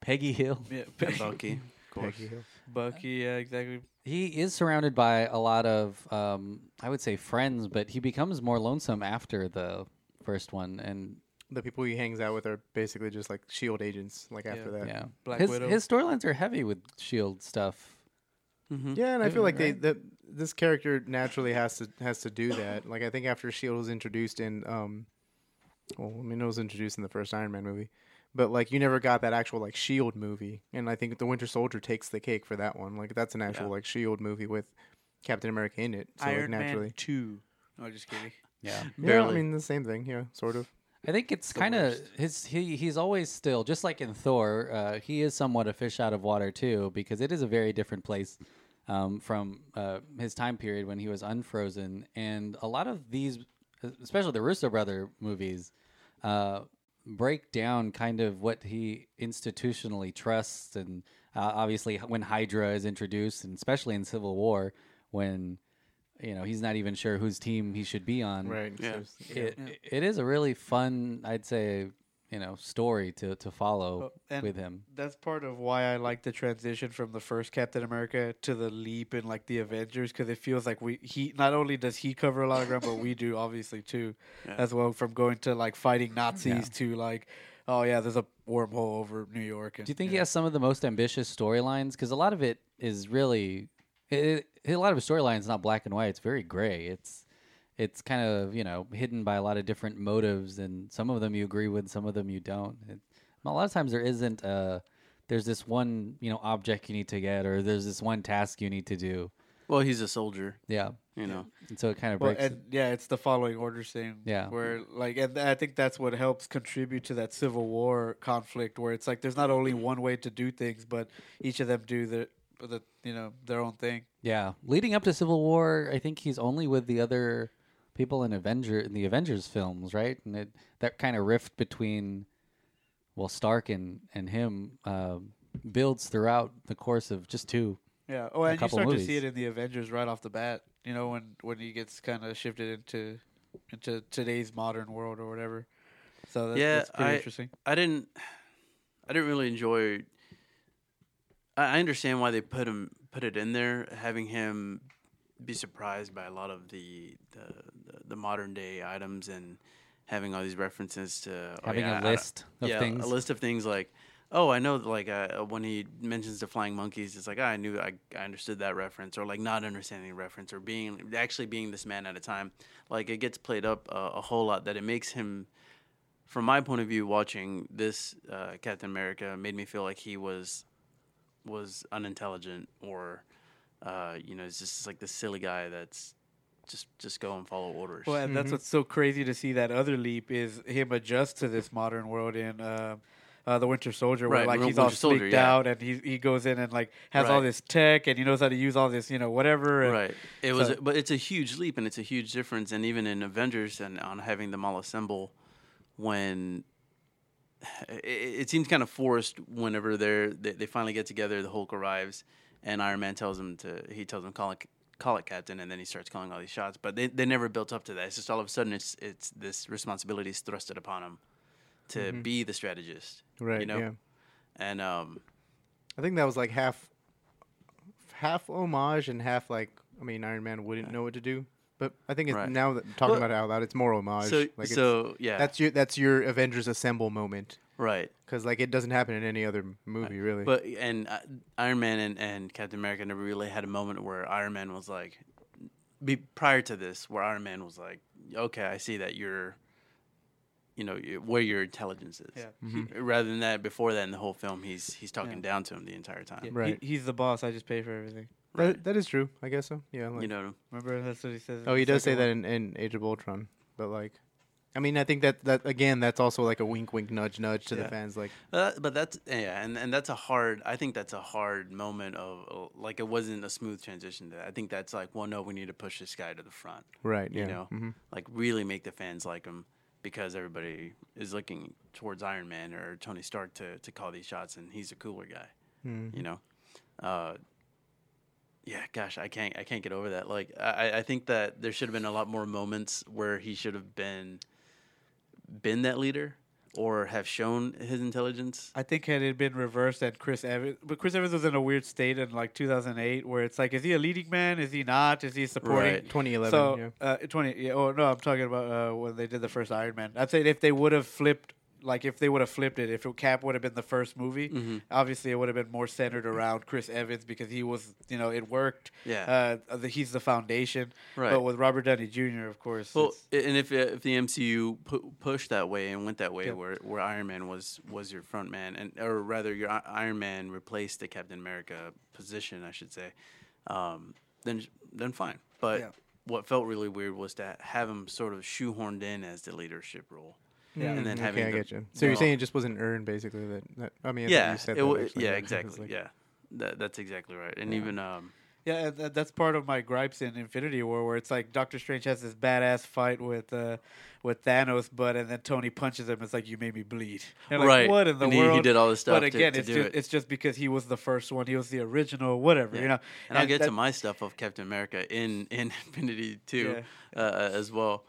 Speaker 5: Peggy Hill.
Speaker 7: Yeah,
Speaker 4: And Bucky.
Speaker 6: Peggy Hill.
Speaker 7: Bucky. Yeah, exactly.
Speaker 5: He is surrounded by a lot of, um, I would say, friends, but he becomes more lonesome after the first one. And
Speaker 6: The people he hangs out with are basically just like Shield E agents. Like after that.
Speaker 5: yeah,
Speaker 7: Black
Speaker 5: his,
Speaker 7: Widow.
Speaker 5: his storylines are heavy with Shield E stuff.
Speaker 4: hmm
Speaker 6: Yeah, and I feel
Speaker 5: Yeah,
Speaker 6: like they
Speaker 5: right.
Speaker 6: that this character naturally has to has to do that. Like I think after Shield was introduced in um well, I mean it was introduced in the first Iron Man movie. But like you never got that actual like Shield E movie. And I think the Winter Soldier takes the cake for that one. Like that's an actual like Shield E movie with Captain America in it. So like
Speaker 7: Iron Man
Speaker 6: naturally.
Speaker 7: Two. No, just kidding.
Speaker 5: Yeah,
Speaker 6: Yeah, I
Speaker 4: Barely.
Speaker 6: mean the same thing, yeah, sort of.
Speaker 5: I think it's kind of his. He he's always still just like in Thor. Uh, he is somewhat a fish out of water too, because it is a very different place um, from uh, his time period when he was unfrozen. And a lot of these, especially the Russo brother movies, uh, break down kind of what he institutionally trusts, and uh, obviously when Hydra is introduced, and especially in Civil War when. You know, he's not even sure whose team he should be on
Speaker 6: Right.
Speaker 4: Yeah.
Speaker 6: so it's-
Speaker 5: it, it is a really fun, I'd say, you know, story to to follow
Speaker 7: Oh, and-
Speaker 5: with him.
Speaker 7: That's part of why I like the transition from the first Captain America to the leap in like the Avengers because it feels like we he not only does he cover a lot of ground but we do obviously too
Speaker 4: Yeah.
Speaker 7: as well from going to like fighting Nazis to like oh yeah there's a wormhole over New York. And,
Speaker 5: Do you think
Speaker 7: yeah.
Speaker 5: he has some of the most ambitious storylines? Because a lot of it is really, it, it- a lot of his storylines not black and white. It's very gray. It's it's kind of you know hidden by a lot of different motives, and some of them you agree with, some of them you don't. It, a lot of times there isn't a there's this one you know object you need to get, or there's this one task you need to do.
Speaker 4: Well, he's a soldier.
Speaker 5: Yeah,
Speaker 4: You know.
Speaker 5: and so it kind of
Speaker 7: Well,
Speaker 5: breaks. it.
Speaker 7: and yeah, it's the following order thing.
Speaker 5: Yeah.
Speaker 7: where like, and I think that's what helps contribute to that civil war conflict, where it's like there's not only one way to do things, but each of them do the, the you know, their own thing.
Speaker 5: Yeah, leading up to Civil War, I think he's only with the other people in Avenger in the Avengers films, right? And it, that kind of rift between well Stark and and him uh, builds throughout the course of just two.
Speaker 7: Yeah. Oh, and you
Speaker 5: couple
Speaker 7: start to see it
Speaker 5: movies.
Speaker 7: in the Avengers right off the bat. You know, when when he gets kind of shifted into into today's modern world or whatever. So that's,
Speaker 4: Yeah,
Speaker 7: that's pretty
Speaker 4: I-
Speaker 7: interesting.
Speaker 4: I didn't I didn't really enjoy I I understand why they put him put it in there, having him be surprised by a lot of the the, the, the modern day items and having all these references to oh,
Speaker 5: Having
Speaker 4: yeah, I-
Speaker 5: a list of
Speaker 4: yeah,
Speaker 5: things.
Speaker 4: a list of things like oh I know like uh, when he mentions the flying monkeys, it's like "Ah, I knew I, I understood that reference or like not understanding the reference or being actually being this man at a time like it gets played up uh, a whole lot that it makes him from my point of view, watching this uh, Captain America made me feel like he was was unintelligent or uh, you know, it's just like the silly guy that's just just go and follow orders.
Speaker 7: Well, and
Speaker 5: Mm-hmm.
Speaker 7: that's what's so crazy to see that other leap is him adjust to this modern world in uh, uh, the Winter Soldier, where
Speaker 4: Right,
Speaker 7: like
Speaker 4: Win-
Speaker 7: he's all
Speaker 4: Winter Soldier,
Speaker 7: sleeked
Speaker 4: yeah.
Speaker 7: out and he he goes in and like has all
Speaker 4: Right.
Speaker 7: this tech and he knows how to use all this, you know, whatever. and-
Speaker 4: right. It was
Speaker 7: so-
Speaker 4: but it's a huge leap and it's a huge difference and even in Avengers and on having them all assemble when it, it seems kind of forced whenever they're they, they finally get together, the Hulk arrives and Iron Man tells him to he tells him call it call it captain and then he starts calling all these shots but they, they never built up to that it's just all of a sudden it's it's this responsibility is thrusted upon him to be the strategist
Speaker 6: Mm-hmm. Right.
Speaker 4: you know
Speaker 6: Yeah.
Speaker 4: and um
Speaker 6: I think that was like half, half homage and half like I mean Iron Man wouldn't know what to do, but I think it's
Speaker 4: Right.
Speaker 6: now that talking
Speaker 4: Well,
Speaker 6: about it out loud, it's more homage.
Speaker 4: so
Speaker 6: like it's,
Speaker 4: so yeah
Speaker 6: that's your that's your Avengers assemble moment
Speaker 4: right
Speaker 6: because like it doesn't happen in any other m- movie really.
Speaker 4: But and uh, Iron Man and, and Captain America never really had a moment where Iron Man was like, be, prior to this, where Iron Man was like, okay, I see that you're, you know, you- where your intelligence is.
Speaker 7: Yeah.
Speaker 4: Rather than that, before that in the whole film, he's he's talking down to him the entire time.
Speaker 7: Yeah, he-
Speaker 6: Right.
Speaker 7: he's the boss. I just pay for everything.
Speaker 6: that, that is true, I guess so. Yeah. Like,
Speaker 4: You know,
Speaker 7: Remember that's what he says. in
Speaker 6: oh,
Speaker 7: the
Speaker 6: he does say
Speaker 7: second
Speaker 6: that
Speaker 7: one.
Speaker 6: in, in Age of Ultron, but like, I mean, I think that that again, that's also like a wink, wink, nudge, nudge to the
Speaker 4: Yeah.
Speaker 6: fans. Like,
Speaker 4: Uh, but that's yeah, and, and that's a hard. I think that's a hard moment of like it wasn't a smooth transition. To that. I think that's like, well, no, we need to push this guy to the front.
Speaker 6: right?
Speaker 4: you
Speaker 6: yeah.
Speaker 4: know,
Speaker 6: mhm.
Speaker 4: like really make the fans like him because everybody is looking towards Iron Man or Tony Stark to to call these shots, and he's a cooler guy,
Speaker 6: Mm-hmm.
Speaker 4: you know. Uh, yeah, gosh, I can't I can't get over that. Like, I I think that there should have been a lot more moments where he should have been been that leader or have shown his intelligence.
Speaker 7: I think had it been reversed at Chris Evans, but Chris Evans was in a weird state in like 2008, where it's like, is he a leading man? Is he not? Is he supporting?
Speaker 4: Right.
Speaker 6: 2011. yeah.
Speaker 7: So uh, 20. Yeah, oh no, I'm talking about uh, when they did the first Iron Man. I'd say if they would have flipped, like if they would have flipped it, if Cap would have been the first movie,
Speaker 4: Mm-hmm.
Speaker 7: obviously it would have been more centered around Chris Evans because he was, you know, it worked.
Speaker 4: Yeah.
Speaker 7: uh, the, he's the foundation.
Speaker 4: Right.
Speaker 7: But with Robert Downey Jr., of course.
Speaker 4: Well,
Speaker 7: it's-
Speaker 4: a- and if uh, if the MCU pu- pushed that way and went that way,
Speaker 7: Yeah.
Speaker 4: where where Iron Man was was your front man, and or rather your I- Iron Man replaced the Captain America position, I should say, um, then then fine. But
Speaker 7: Yeah.
Speaker 4: what felt really weird was to have him sort of shoehorned in as the leadership role, yeah. and then having
Speaker 6: okay, I
Speaker 4: the-
Speaker 6: get you. So you're saying it just wasn't earned, basically? That, that I mean, I think
Speaker 4: yeah,
Speaker 6: you said
Speaker 4: it
Speaker 6: that,
Speaker 4: wa-
Speaker 6: actually.
Speaker 4: yeah,
Speaker 6: It's
Speaker 4: exactly,
Speaker 6: like-
Speaker 4: yeah, that, that's exactly right, and even um,
Speaker 7: Yeah, and th- that's part of my gripes in Infinity War, where it's like Doctor Strange has this badass fight with uh, with Thanos, but and then Tony punches him. It's like you made me bleed. And like,
Speaker 4: Right.
Speaker 7: What in the
Speaker 4: And he- he
Speaker 7: world?
Speaker 4: did all this stuff
Speaker 7: But
Speaker 4: to-
Speaker 7: again,
Speaker 4: to
Speaker 7: it's
Speaker 4: do
Speaker 7: just
Speaker 4: it.
Speaker 7: it's just because he was the first one. He was the original, whatever. You know.
Speaker 4: And, I'll get
Speaker 7: that-
Speaker 4: to my stuff of Captain America in in Infinity Two uh, as well.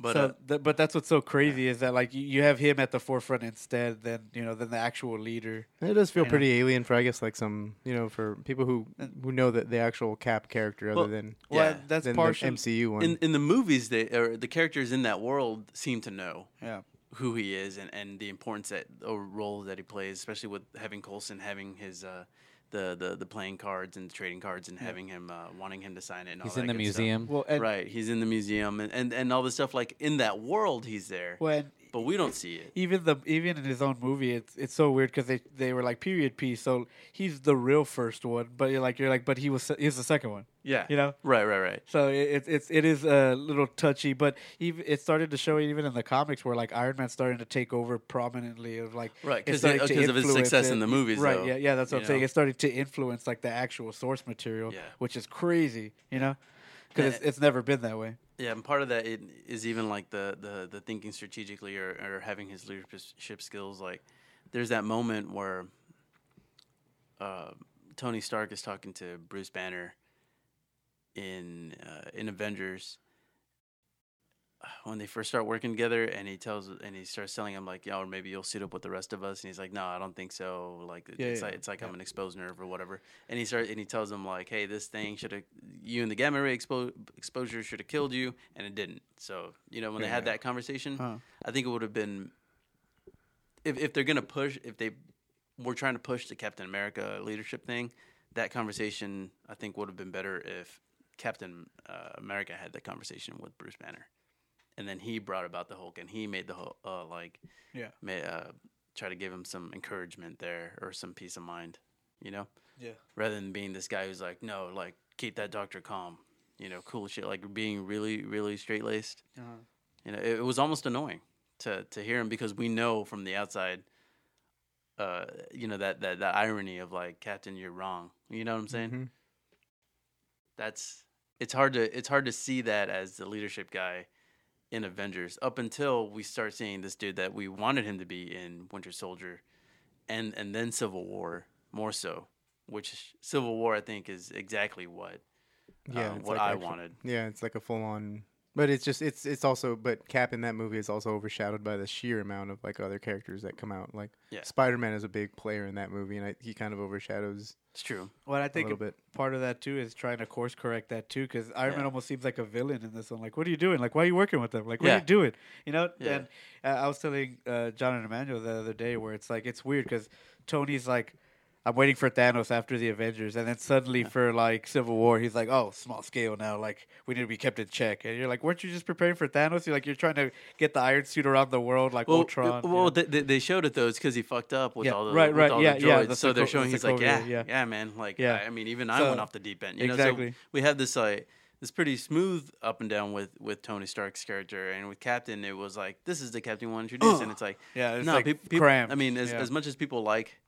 Speaker 4: But
Speaker 7: so,
Speaker 4: uh,
Speaker 7: th- but that's what's so crazy is that like you, you have him at the forefront instead than you know than the actual leader.
Speaker 6: It does feel
Speaker 7: know?
Speaker 6: pretty alien for, I guess, like some, you know, for people who who know that the actual Cap character, other
Speaker 4: Uh, Well,
Speaker 6: than
Speaker 7: Well,
Speaker 4: Yeah.
Speaker 7: that's
Speaker 6: than the
Speaker 7: partial.
Speaker 6: MCU one.
Speaker 4: in in the movies they or the characters in that world seem to know
Speaker 7: Yeah.
Speaker 4: who he is and, and the importance that or role that he plays especially with having Colson having his uh the, the, the playing cards and the trading cards and having him uh, wanting him to sign it and all
Speaker 5: He's
Speaker 4: Oh, that
Speaker 5: in the
Speaker 4: good stuff.
Speaker 5: museum.
Speaker 7: Well, and,
Speaker 4: right he's in the museum and, and, and all the stuff like in that world he's there
Speaker 7: Well, and
Speaker 4: but we don't see it.
Speaker 7: even the even in his own movie, it's it's so weird because they they were like period piece, so he's the real first one, but you're like you're like, but he was he's the second one.
Speaker 4: Yeah,
Speaker 7: You know?
Speaker 4: Right, right, right.
Speaker 7: So it, it's it's it is a little touchy, but even it started to show even in the comics where like Iron Man's starting to take over prominently of like
Speaker 4: Right,
Speaker 7: it's
Speaker 4: 'cause
Speaker 7: starting
Speaker 4: it-
Speaker 7: to
Speaker 4: 'cause of his
Speaker 7: influence
Speaker 4: success in the movies,
Speaker 7: Right,
Speaker 4: though,
Speaker 7: yeah, yeah, that's what
Speaker 4: you
Speaker 7: I'm saying.
Speaker 4: know?
Speaker 7: It started to influence like the actual source material,
Speaker 4: Yeah.
Speaker 7: which is crazy, you know, because it's, it's never been that way.
Speaker 4: Yeah, and part of that it is even like the the the thinking strategically or, or having his leadership skills. Like, there's that moment where uh, Tony Stark is talking to Bruce Banner in uh, in Avengers when they first start working together, and he tells and he starts telling him like, "Yeah, or maybe you'll suit up with the rest of us." And he's like, "No, I don't think so. Like,
Speaker 7: Yeah,
Speaker 4: it's
Speaker 7: yeah,
Speaker 4: like it's like I'm an exposed nerve or whatever." And he starts and he tells him like, "Hey, this thing should have you and the gamma ray expo- exposure should have killed you, and it didn't." So you know when they had that conversation, I think it would have been if if they're gonna push if they were trying to push the Captain America leadership thing, that conversation I think would have been better if Captain uh, America had that conversation with Bruce Banner, and then he brought about the Hulk and he made the Hulk uh, like
Speaker 7: Yeah.
Speaker 4: may, uh, try to give him some encouragement there or some peace of mind, you know,
Speaker 7: Yeah.
Speaker 4: rather than being this guy who's like no like keep that doctor calm, you know, cool shit like being really really straight laced you know, it, it was almost annoying to to hear him because we know from the outside, uh, you know that that that irony of like, Captain, you're wrong. You know what I'm saying?
Speaker 6: Mm-hmm.
Speaker 4: That's it's hard to it's hard to see that as the leadership guy in Avengers up until we start seeing this dude that we wanted him to be in Winter Soldier, and and then Civil War more so, which Civil War I think is exactly what
Speaker 6: Yeah,
Speaker 4: uh,
Speaker 6: it's
Speaker 4: what
Speaker 6: like
Speaker 4: I
Speaker 6: actual-
Speaker 4: wanted.
Speaker 6: Yeah, it's like a full on. But it's just it's it's also but Cap in that movie is also overshadowed by the sheer amount of like other characters that come out. Like
Speaker 4: Yeah.
Speaker 6: Spider Man is a big player in that movie, and I, he kind of overshadows
Speaker 4: It's true.
Speaker 7: Well, I think
Speaker 6: little bit.
Speaker 7: part of that too is trying to course correct that too, because Iron Man
Speaker 4: Yeah.
Speaker 7: almost seems like a villain in this one. Like, what are you doing? Like, why are you working with them? Like, what are
Speaker 4: Yeah.
Speaker 7: you doing? You know.
Speaker 4: Yeah.
Speaker 7: And uh, I was telling uh, John and Emmanuel the other day where it's like it's weird because Tony's like, I'm waiting for Thanos after the Avengers, and then suddenly for like Civil War, he's like, oh, small scale now. Like, we need to be kept in check. And you're like, weren't you just preparing for Thanos? You're like, you're trying to get the Iron Suit around the world, like
Speaker 4: Well,
Speaker 7: Ultron.
Speaker 4: uh,
Speaker 7: you
Speaker 4: Well,
Speaker 7: know?
Speaker 4: they, they- they showed it though. It's because he fucked up with
Speaker 7: Yeah,
Speaker 4: all the
Speaker 7: right,
Speaker 4: with
Speaker 7: right,
Speaker 4: all
Speaker 7: yeah,
Speaker 4: the
Speaker 7: yeah,
Speaker 4: droids.
Speaker 7: that's
Speaker 4: so
Speaker 7: the
Speaker 4: they're
Speaker 7: co-
Speaker 4: showing
Speaker 7: that's
Speaker 4: he's
Speaker 7: the
Speaker 4: like, yeah,
Speaker 7: covert,
Speaker 4: yeah,
Speaker 7: yeah.
Speaker 4: man, like,
Speaker 7: Yeah.
Speaker 4: I, I mean, even I
Speaker 7: So-
Speaker 4: went off the deep end. You Know?
Speaker 7: Exactly.
Speaker 4: So we have this like this pretty smooth up and down with with Tony Stark's character, and with Captain, it was like this is the Captain one introduced, and it's like,
Speaker 7: Yeah, it's
Speaker 4: no,
Speaker 7: like
Speaker 4: peop- peop-
Speaker 7: cramped,
Speaker 4: I mean, as,
Speaker 7: yeah.
Speaker 4: as much as people like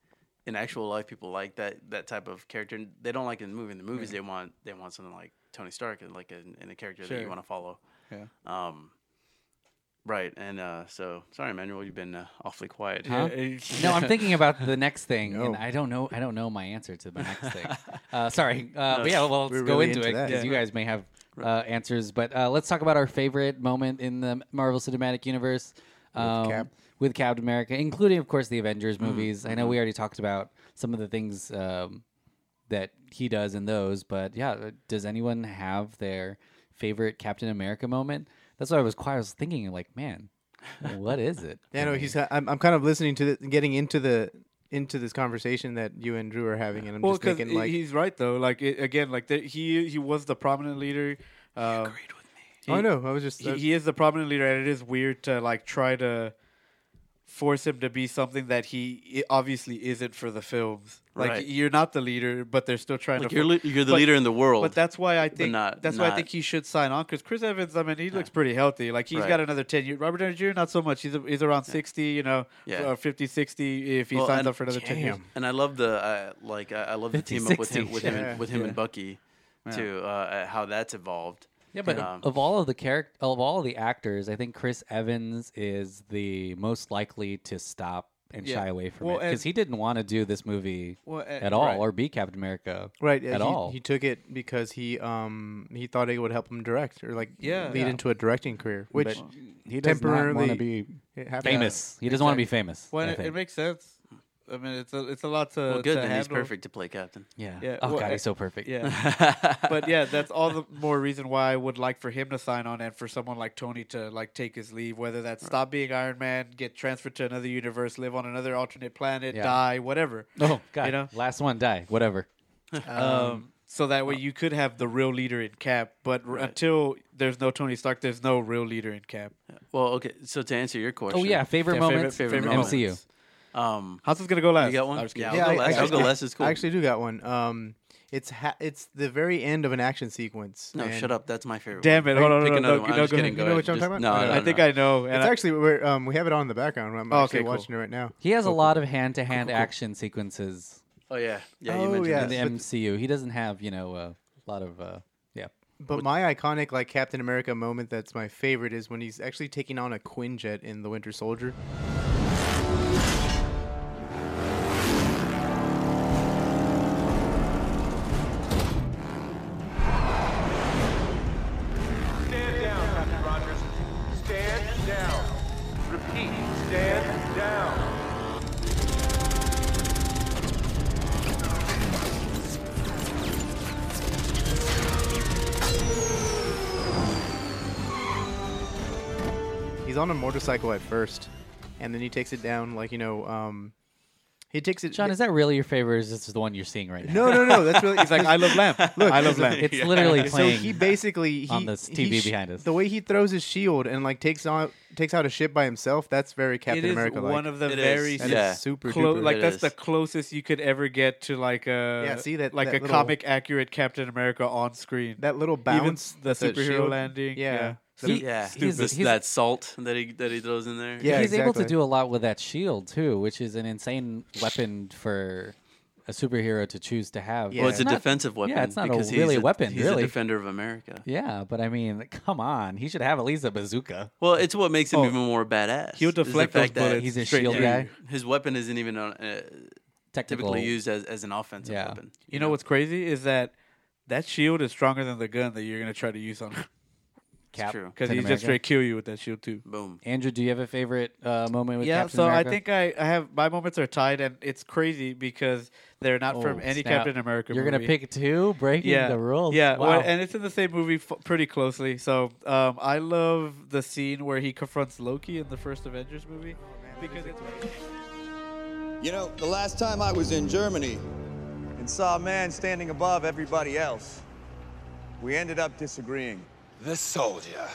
Speaker 4: in actual life, people like that that type of character. and They don't like it in the movie. In the movies, they want they want something like Tony Stark and like in, in a character that you
Speaker 7: Sure.
Speaker 4: want to follow.
Speaker 7: Yeah.
Speaker 4: Um. Right, and uh, so sorry, Manuel, you've been uh, awfully quiet.
Speaker 5: Huh? No, I'm thinking about the next thing, and
Speaker 6: No.
Speaker 5: I don't know. I don't know my answer to the next thing. Uh, sorry. Uh, but yeah, well, let's
Speaker 6: we're
Speaker 5: go
Speaker 6: really
Speaker 5: into,
Speaker 6: into
Speaker 5: it
Speaker 6: that.
Speaker 5: because you guys may have uh, answers. But uh, let's talk about our favorite moment in the Marvel Cinematic Universe um,
Speaker 6: Cap. Mm-hmm.
Speaker 5: with Captain America, including, of course, the Avengers movies. I know we already talked about some of the things um, that he does in those, but yeah, uh, does anyone have their favorite Captain America moment? That's what I was quiet. I was thinking, like, man, what is it?
Speaker 6: Yeah, no, he's. uh, I'm, I'm kind of listening to the, getting into the into this conversation that you and Drew are having, and I'm
Speaker 7: well,
Speaker 6: just
Speaker 7: because
Speaker 6: thinking like,
Speaker 7: he's right though. Like it, again, like the, he he was the prominent leader. Um,
Speaker 4: Agreed with me.
Speaker 6: oh no, I was just
Speaker 7: he, he is the prominent leader, and it is weird to like try to force him to be something that he i- obviously isn't for the films. Like
Speaker 4: Right.
Speaker 7: you're not the leader, but they're still trying
Speaker 4: Like
Speaker 7: to.
Speaker 4: you're,
Speaker 7: fo-
Speaker 4: li- you're the
Speaker 7: but-
Speaker 4: leader in the world.
Speaker 7: But that's why I think
Speaker 4: not-
Speaker 7: that's why I
Speaker 4: not-
Speaker 7: think he should sign on because Chris Evans. I mean, he looks pretty healthy. Like he's
Speaker 4: Right.
Speaker 7: got another ten years. Robert Downey Jr. Not so much. He's, he's around sixty. You know,
Speaker 4: Yeah.
Speaker 7: or 50, 60 If he
Speaker 4: Well,
Speaker 7: signs
Speaker 4: and-
Speaker 7: up for another ten years.
Speaker 6: Damn.
Speaker 4: and I love the uh, like I I love the
Speaker 5: 50,
Speaker 4: team up with him
Speaker 5: 60.
Speaker 4: with him and,
Speaker 6: Yeah,
Speaker 4: with him and Bucky, too. Uh, uh, how that's evolved.
Speaker 5: Yeah, but
Speaker 4: Um,
Speaker 5: of, of all of the character of all of the actors, I think Chris Evans is the most likely to stop and
Speaker 7: Yeah.
Speaker 5: shy away from
Speaker 7: Well,
Speaker 5: it because
Speaker 7: and-
Speaker 5: he didn't want to do this movie
Speaker 7: Well, and-
Speaker 5: at all
Speaker 7: right.
Speaker 5: or be Captain America
Speaker 6: right yeah,
Speaker 5: at
Speaker 6: he,
Speaker 5: all.
Speaker 6: He took it because he um he thought it would help him direct or like
Speaker 7: Yeah.
Speaker 6: lead
Speaker 7: Yeah.
Speaker 6: into a directing career, which
Speaker 1: He does not want
Speaker 6: Temporarily-
Speaker 1: to be.
Speaker 6: it happened.
Speaker 5: famous. he doesn't want to be famous.
Speaker 7: Well,
Speaker 5: I
Speaker 7: it,
Speaker 5: think.
Speaker 7: it makes sense. I mean, it's a it's a lot to.
Speaker 4: Well, good.
Speaker 7: To
Speaker 4: Then he's
Speaker 7: handle.
Speaker 4: perfect to play captain.
Speaker 5: yeah.
Speaker 7: yeah,
Speaker 5: Oh
Speaker 7: well,
Speaker 5: god,
Speaker 7: I-
Speaker 5: he's so perfect.
Speaker 7: Yeah. but yeah, that's all the more reason why I would like for him to sign on and for someone like Tony to like take his leave, whether that's stop being Iron Man, get transferred to another universe, live on another alternate planet,
Speaker 5: Yeah.
Speaker 7: die, whatever.
Speaker 5: Oh god.
Speaker 7: You know?
Speaker 5: Last one die. Whatever.
Speaker 7: Um, so that
Speaker 6: uh,
Speaker 7: way you could have the real leader in Cap. But r- until there's no Tony Stark, there's no real leader in Cap.
Speaker 4: Well, okay. So to answer your question,
Speaker 5: Oh yeah, favorite
Speaker 7: Yeah, favorite-
Speaker 5: moments
Speaker 4: favorite
Speaker 5: from
Speaker 4: moments.
Speaker 5: MCU.
Speaker 4: Um,
Speaker 7: How's this gonna go last?
Speaker 4: you got one?
Speaker 7: I'm just kidding.
Speaker 4: Yeah, I'll go last. I'll go
Speaker 6: actually-
Speaker 4: last. It's cool.
Speaker 6: I actually do got one. Um, it's ha- it's the very end of an action sequence.
Speaker 4: no,
Speaker 6: and
Speaker 4: shut up. That's my favorite.
Speaker 7: Damn
Speaker 4: one.
Speaker 7: it! Hold on,
Speaker 4: Pick
Speaker 7: hold on,
Speaker 4: another
Speaker 7: no,
Speaker 4: one. I'm
Speaker 7: no,
Speaker 4: just
Speaker 7: go
Speaker 4: kidding.
Speaker 7: ahead.
Speaker 4: Go
Speaker 6: You know
Speaker 4: ahead.
Speaker 6: what I'm
Speaker 4: Just-
Speaker 6: talking
Speaker 4: No,
Speaker 6: about?
Speaker 4: no,
Speaker 7: I think
Speaker 4: no.
Speaker 7: I know. And
Speaker 6: It's
Speaker 7: I-
Speaker 6: actually we're, um we have it on in the background. I'm
Speaker 7: Oh,
Speaker 6: actually
Speaker 7: okay, cool.
Speaker 6: watching it right now.
Speaker 5: He has a lot of hand-to-hand action sequences
Speaker 4: Oh yeah, yeah. You
Speaker 6: Oh,
Speaker 4: mentioned
Speaker 6: yeah.
Speaker 5: in the
Speaker 6: Yes, but-
Speaker 5: MCU. He doesn't have, you know, a lot of. Uh, yeah.
Speaker 6: But my iconic like Captain America moment that's my favorite is when he's actually taking on a Quinjet in The Winter Soldier.
Speaker 8: Stand down, Captain Rogers. Stand down. Repeat, stand down.
Speaker 6: He's on a motorcycle at first, and then he takes it down like you know um he takes it.
Speaker 5: John, is that really your favorite? Or is this the one you're seeing right now?
Speaker 6: no, no, no. That's really.
Speaker 7: He's like, I love lamp. Look, I love lamp.
Speaker 5: It's literally playing.
Speaker 6: So he basically he,
Speaker 5: on this
Speaker 6: he
Speaker 5: TV
Speaker 6: sh-
Speaker 5: behind us.
Speaker 6: The way he throws his shield and like takes on takes out a ship by himself. That's very Captain
Speaker 7: it is
Speaker 6: America.
Speaker 7: one of the
Speaker 4: It
Speaker 7: very
Speaker 4: is.
Speaker 6: that is
Speaker 4: Yeah.
Speaker 6: super
Speaker 7: clo-
Speaker 6: duper.
Speaker 7: like
Speaker 4: It
Speaker 7: that's the
Speaker 4: is.
Speaker 7: closest you could ever get to like a
Speaker 6: Yeah, see that-
Speaker 7: like
Speaker 6: that
Speaker 7: a
Speaker 6: little-
Speaker 7: comic accurate Captain America on screen.
Speaker 6: that little
Speaker 7: Even
Speaker 6: bounce,
Speaker 7: the
Speaker 6: that
Speaker 7: superhero
Speaker 6: shield-
Speaker 7: landing.
Speaker 6: Yeah,
Speaker 7: yeah.
Speaker 5: He-
Speaker 4: yeah,
Speaker 5: he's-
Speaker 4: This-
Speaker 5: he's-
Speaker 4: that salt that he that he throws in there.
Speaker 6: Yeah,
Speaker 5: he's able to
Speaker 6: exactly.
Speaker 5: do a lot with that shield too, which is an insane weapon for a superhero to choose to have.
Speaker 6: Yeah.
Speaker 4: Well, it's a
Speaker 5: Not-
Speaker 4: defensive weapon.
Speaker 5: Yeah, it's not
Speaker 4: because
Speaker 5: a really
Speaker 4: he's
Speaker 5: weapon,
Speaker 4: He's
Speaker 5: really.
Speaker 4: a defender of America.
Speaker 5: yeah, but I mean, come on, he should have at least a bazooka.
Speaker 4: Well, it's what makes him
Speaker 7: Oh.
Speaker 4: even more badass.
Speaker 7: He'll
Speaker 4: is the
Speaker 7: deflect those
Speaker 4: fact that
Speaker 7: bullets.
Speaker 5: He's a
Speaker 7: straight
Speaker 5: shield
Speaker 7: through
Speaker 5: guy.
Speaker 7: you.
Speaker 4: His weapon isn't even on, uh,
Speaker 5: Technical.
Speaker 4: typically used as, as an offensive
Speaker 5: Yeah.
Speaker 4: weapon.
Speaker 7: You know what's crazy is that that shield is stronger than the gun that you're gonna try to use on him
Speaker 5: Cap.
Speaker 4: true.
Speaker 7: because
Speaker 5: Captain
Speaker 7: he's just
Speaker 5: America.
Speaker 7: straight kill you with that shield too.
Speaker 4: Boom.
Speaker 5: Andrew, do you have a favorite uh, moment with
Speaker 7: yeah,
Speaker 5: Captain
Speaker 7: so
Speaker 5: America?
Speaker 7: I think I, I have my moments are tied, and it's crazy because they're not
Speaker 5: Oh,
Speaker 7: from any
Speaker 5: snap.
Speaker 7: Captain America.
Speaker 5: You're
Speaker 7: movie.
Speaker 5: gonna pick two, breaking
Speaker 7: yeah,
Speaker 5: the rules.
Speaker 7: Yeah,
Speaker 5: wow.
Speaker 7: well, and it's in the same movie f- pretty closely. So um, I love the scene where he confronts Loki in the first Avengers movie because it's.
Speaker 9: You know, the last time I was in Germany and saw a man standing above everybody else, we ended up disagreeing.
Speaker 10: The soldier.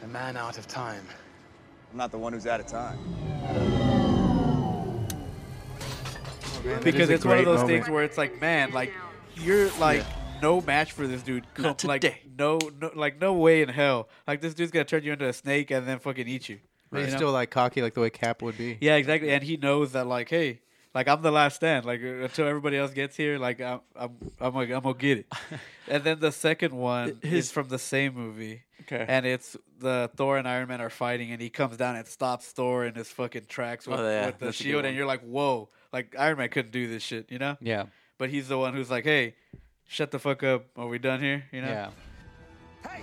Speaker 10: the man out of time.
Speaker 9: I'm not the one who's out of time.
Speaker 7: because
Speaker 6: a
Speaker 7: it's one of
Speaker 6: great
Speaker 7: those
Speaker 6: moment.
Speaker 7: things where it's like, man, like you're like no match for this dude. Come,
Speaker 4: Not
Speaker 7: like
Speaker 4: today.
Speaker 7: no, no, like no way in hell. Like this dude's gonna turn you into a snake and then fucking eat you.
Speaker 6: But he's
Speaker 7: You know?
Speaker 6: still like cocky, like the way Cap would be.
Speaker 7: yeah, exactly. And he knows that, like, hey. Like I'm the last stand. Like uh, until everybody else gets here, like I'm, I'm, I'm, gonna, I'm gonna get it. And then the second one is from the same movie.
Speaker 4: Okay.
Speaker 7: And it's the Thor and Iron Man are fighting, and he comes down and stops Thor in his fucking tracks with,
Speaker 4: Oh, yeah,
Speaker 7: with the
Speaker 4: that's a good
Speaker 7: shield,
Speaker 4: one.
Speaker 7: and you're like, whoa! Like Iron Man couldn't do this shit, you know?
Speaker 5: yeah,
Speaker 7: but he's the one who's like, "Hey, shut the fuck up. Are we done here?" You know.
Speaker 5: yeah.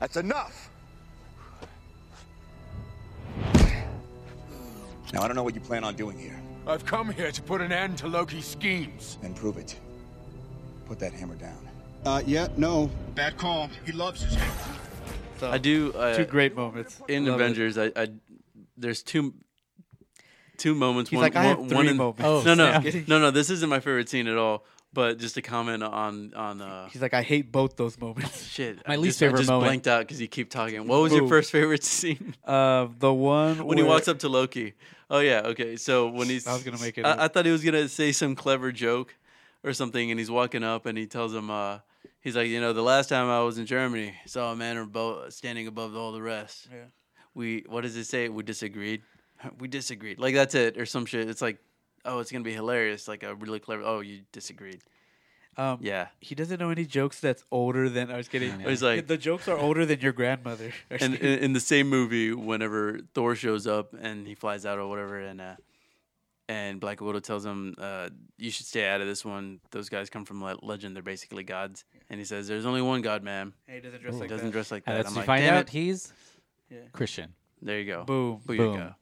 Speaker 9: That's enough! Now, I don't know what you plan on doing here.
Speaker 10: I've come here to put an end to Loki's schemes.
Speaker 9: Then prove it. Put that hammer down.
Speaker 11: Uh, yeah, no. Bad call. He loves his.
Speaker 7: So
Speaker 4: I do. Uh,
Speaker 7: two great moments
Speaker 4: in
Speaker 7: Love it.
Speaker 4: Avengers. I, I there's two two moments.
Speaker 7: He's
Speaker 4: one,
Speaker 7: like, "I
Speaker 4: one-
Speaker 7: have
Speaker 4: one
Speaker 7: three
Speaker 4: in-
Speaker 7: moments."
Speaker 5: Oh,
Speaker 4: no, no,
Speaker 7: snap.
Speaker 4: no, no. This isn't my favorite scene at all. But just to comment on on uh,
Speaker 7: He's like, "I hate both those moments."
Speaker 4: shit.
Speaker 5: My
Speaker 4: I
Speaker 5: least
Speaker 4: just, I
Speaker 5: favorite
Speaker 4: just
Speaker 5: moment.
Speaker 4: blanked out because you keep talking. What was your
Speaker 7: Move.
Speaker 4: first favorite scene?
Speaker 7: Uh, the one
Speaker 4: when he walks up to Loki. Oh yeah, okay. So when he's,
Speaker 7: I was gonna make it up.
Speaker 4: I, I thought he was gonna say some clever joke or something, and he's walking up and he tells him, uh, he's like, you know, the last time I was in Germany, saw a man abo- standing above all the rest. Yeah. We what does it say? We disagreed. We disagreed. Like that's it or some shit. It's like, oh, it's gonna be hilarious. Like a really clever. Oh, you disagreed.
Speaker 7: Um,
Speaker 4: Yeah.
Speaker 7: He doesn't know any jokes that's older than. I was kidding.
Speaker 4: He's like-
Speaker 7: the jokes are older than your grandmother.
Speaker 4: and in, in the same movie, whenever Thor shows up and he flies out or whatever, and uh, and Black Widow tells him, uh, "You should stay out of this one. Those guys come from le- legend. They're basically gods." And he says, "There's only one God, man.
Speaker 7: And he doesn't dress like
Speaker 4: Doesn't
Speaker 7: that.
Speaker 4: dress like
Speaker 5: And
Speaker 4: that."
Speaker 5: that's
Speaker 4: I'm
Speaker 5: you
Speaker 4: like,
Speaker 5: find
Speaker 4: "Damn
Speaker 5: out
Speaker 4: it."
Speaker 5: he's Christian.
Speaker 4: There you go.
Speaker 7: Boom.
Speaker 4: Booyaka.
Speaker 5: Boom.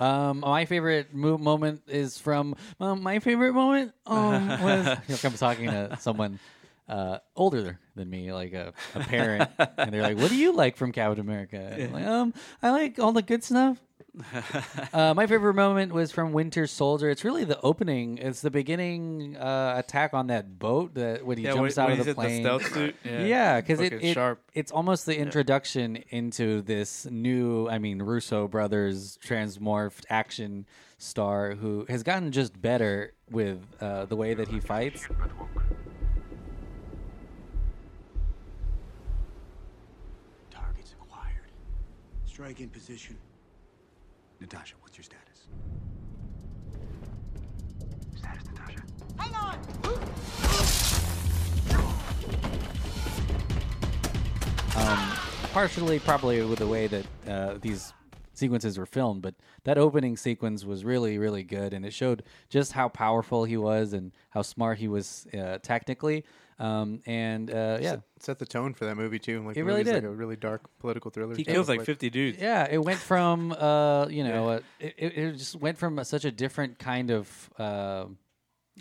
Speaker 5: Um, my favorite mo- moment is from um, my favorite moment um, was like I'm talking to someone uh, older than me, like a, a parent, and they're like, "What do you like from Captain America?" And I'm like, um, I like all the good stuff. uh, my favorite moment was from Winter Soldier. It's really the opening. It's the beginning uh, attack on that boat that when he
Speaker 7: Yeah,
Speaker 5: jumps
Speaker 7: when-
Speaker 5: out
Speaker 7: when
Speaker 5: of the
Speaker 7: he's in
Speaker 5: plane.
Speaker 7: the stealth suit. Yeah.
Speaker 5: yeah, because it,
Speaker 7: Fucking
Speaker 5: it-
Speaker 7: sharp.
Speaker 5: it's almost the introduction into this new. I mean, Russo brothers transmorphed action star who has gotten just better with uh, the way that he fights.
Speaker 12: Targets acquired. Strike in position. Natasha, what's your status? Status, Natasha.
Speaker 13: Hang on!
Speaker 5: um, partially probably with the way that uh, these sequences were filmed but that opening sequence was really really good and it showed just how powerful he was and how smart he was uh, technically um, and uh, yeah
Speaker 6: Set, set the tone for that movie too. Like
Speaker 5: It
Speaker 6: the
Speaker 5: really
Speaker 6: movie's
Speaker 5: did.
Speaker 6: Like a really dark political thriller.
Speaker 7: He
Speaker 6: type
Speaker 7: kills
Speaker 6: of,
Speaker 7: like 50 dudes.
Speaker 5: yeah it went from uh, you know uh, it, it it just went from a, such a different kind of, uh,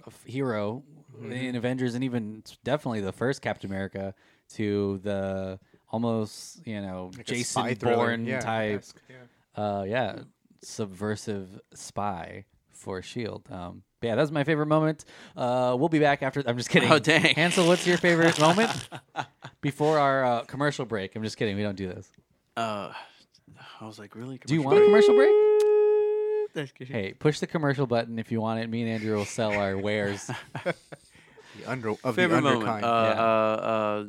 Speaker 5: of hero in avengers and even definitely the first captain america to the almost you know
Speaker 6: Like a spy
Speaker 5: jason
Speaker 6: thriller.
Speaker 5: bourne
Speaker 6: Yeah,
Speaker 5: type
Speaker 6: esque,
Speaker 5: uh yeah subversive spy for shield um but yeah, that was my favorite moment. Uh, we'll be back after. I'm just kidding.
Speaker 4: Oh, dang.
Speaker 5: Hansel, what's your favorite moment before our uh, commercial break? I'm just kidding. We don't do this.
Speaker 4: Uh, I was like, really?
Speaker 5: Do you want a commercial break?
Speaker 4: That's good.
Speaker 5: Hey, push the commercial button if you want it. Me and Andrew will sell our wares.
Speaker 6: the under of
Speaker 4: favorite
Speaker 6: the
Speaker 4: moment.
Speaker 6: underkind.
Speaker 4: Uh, uh, uh,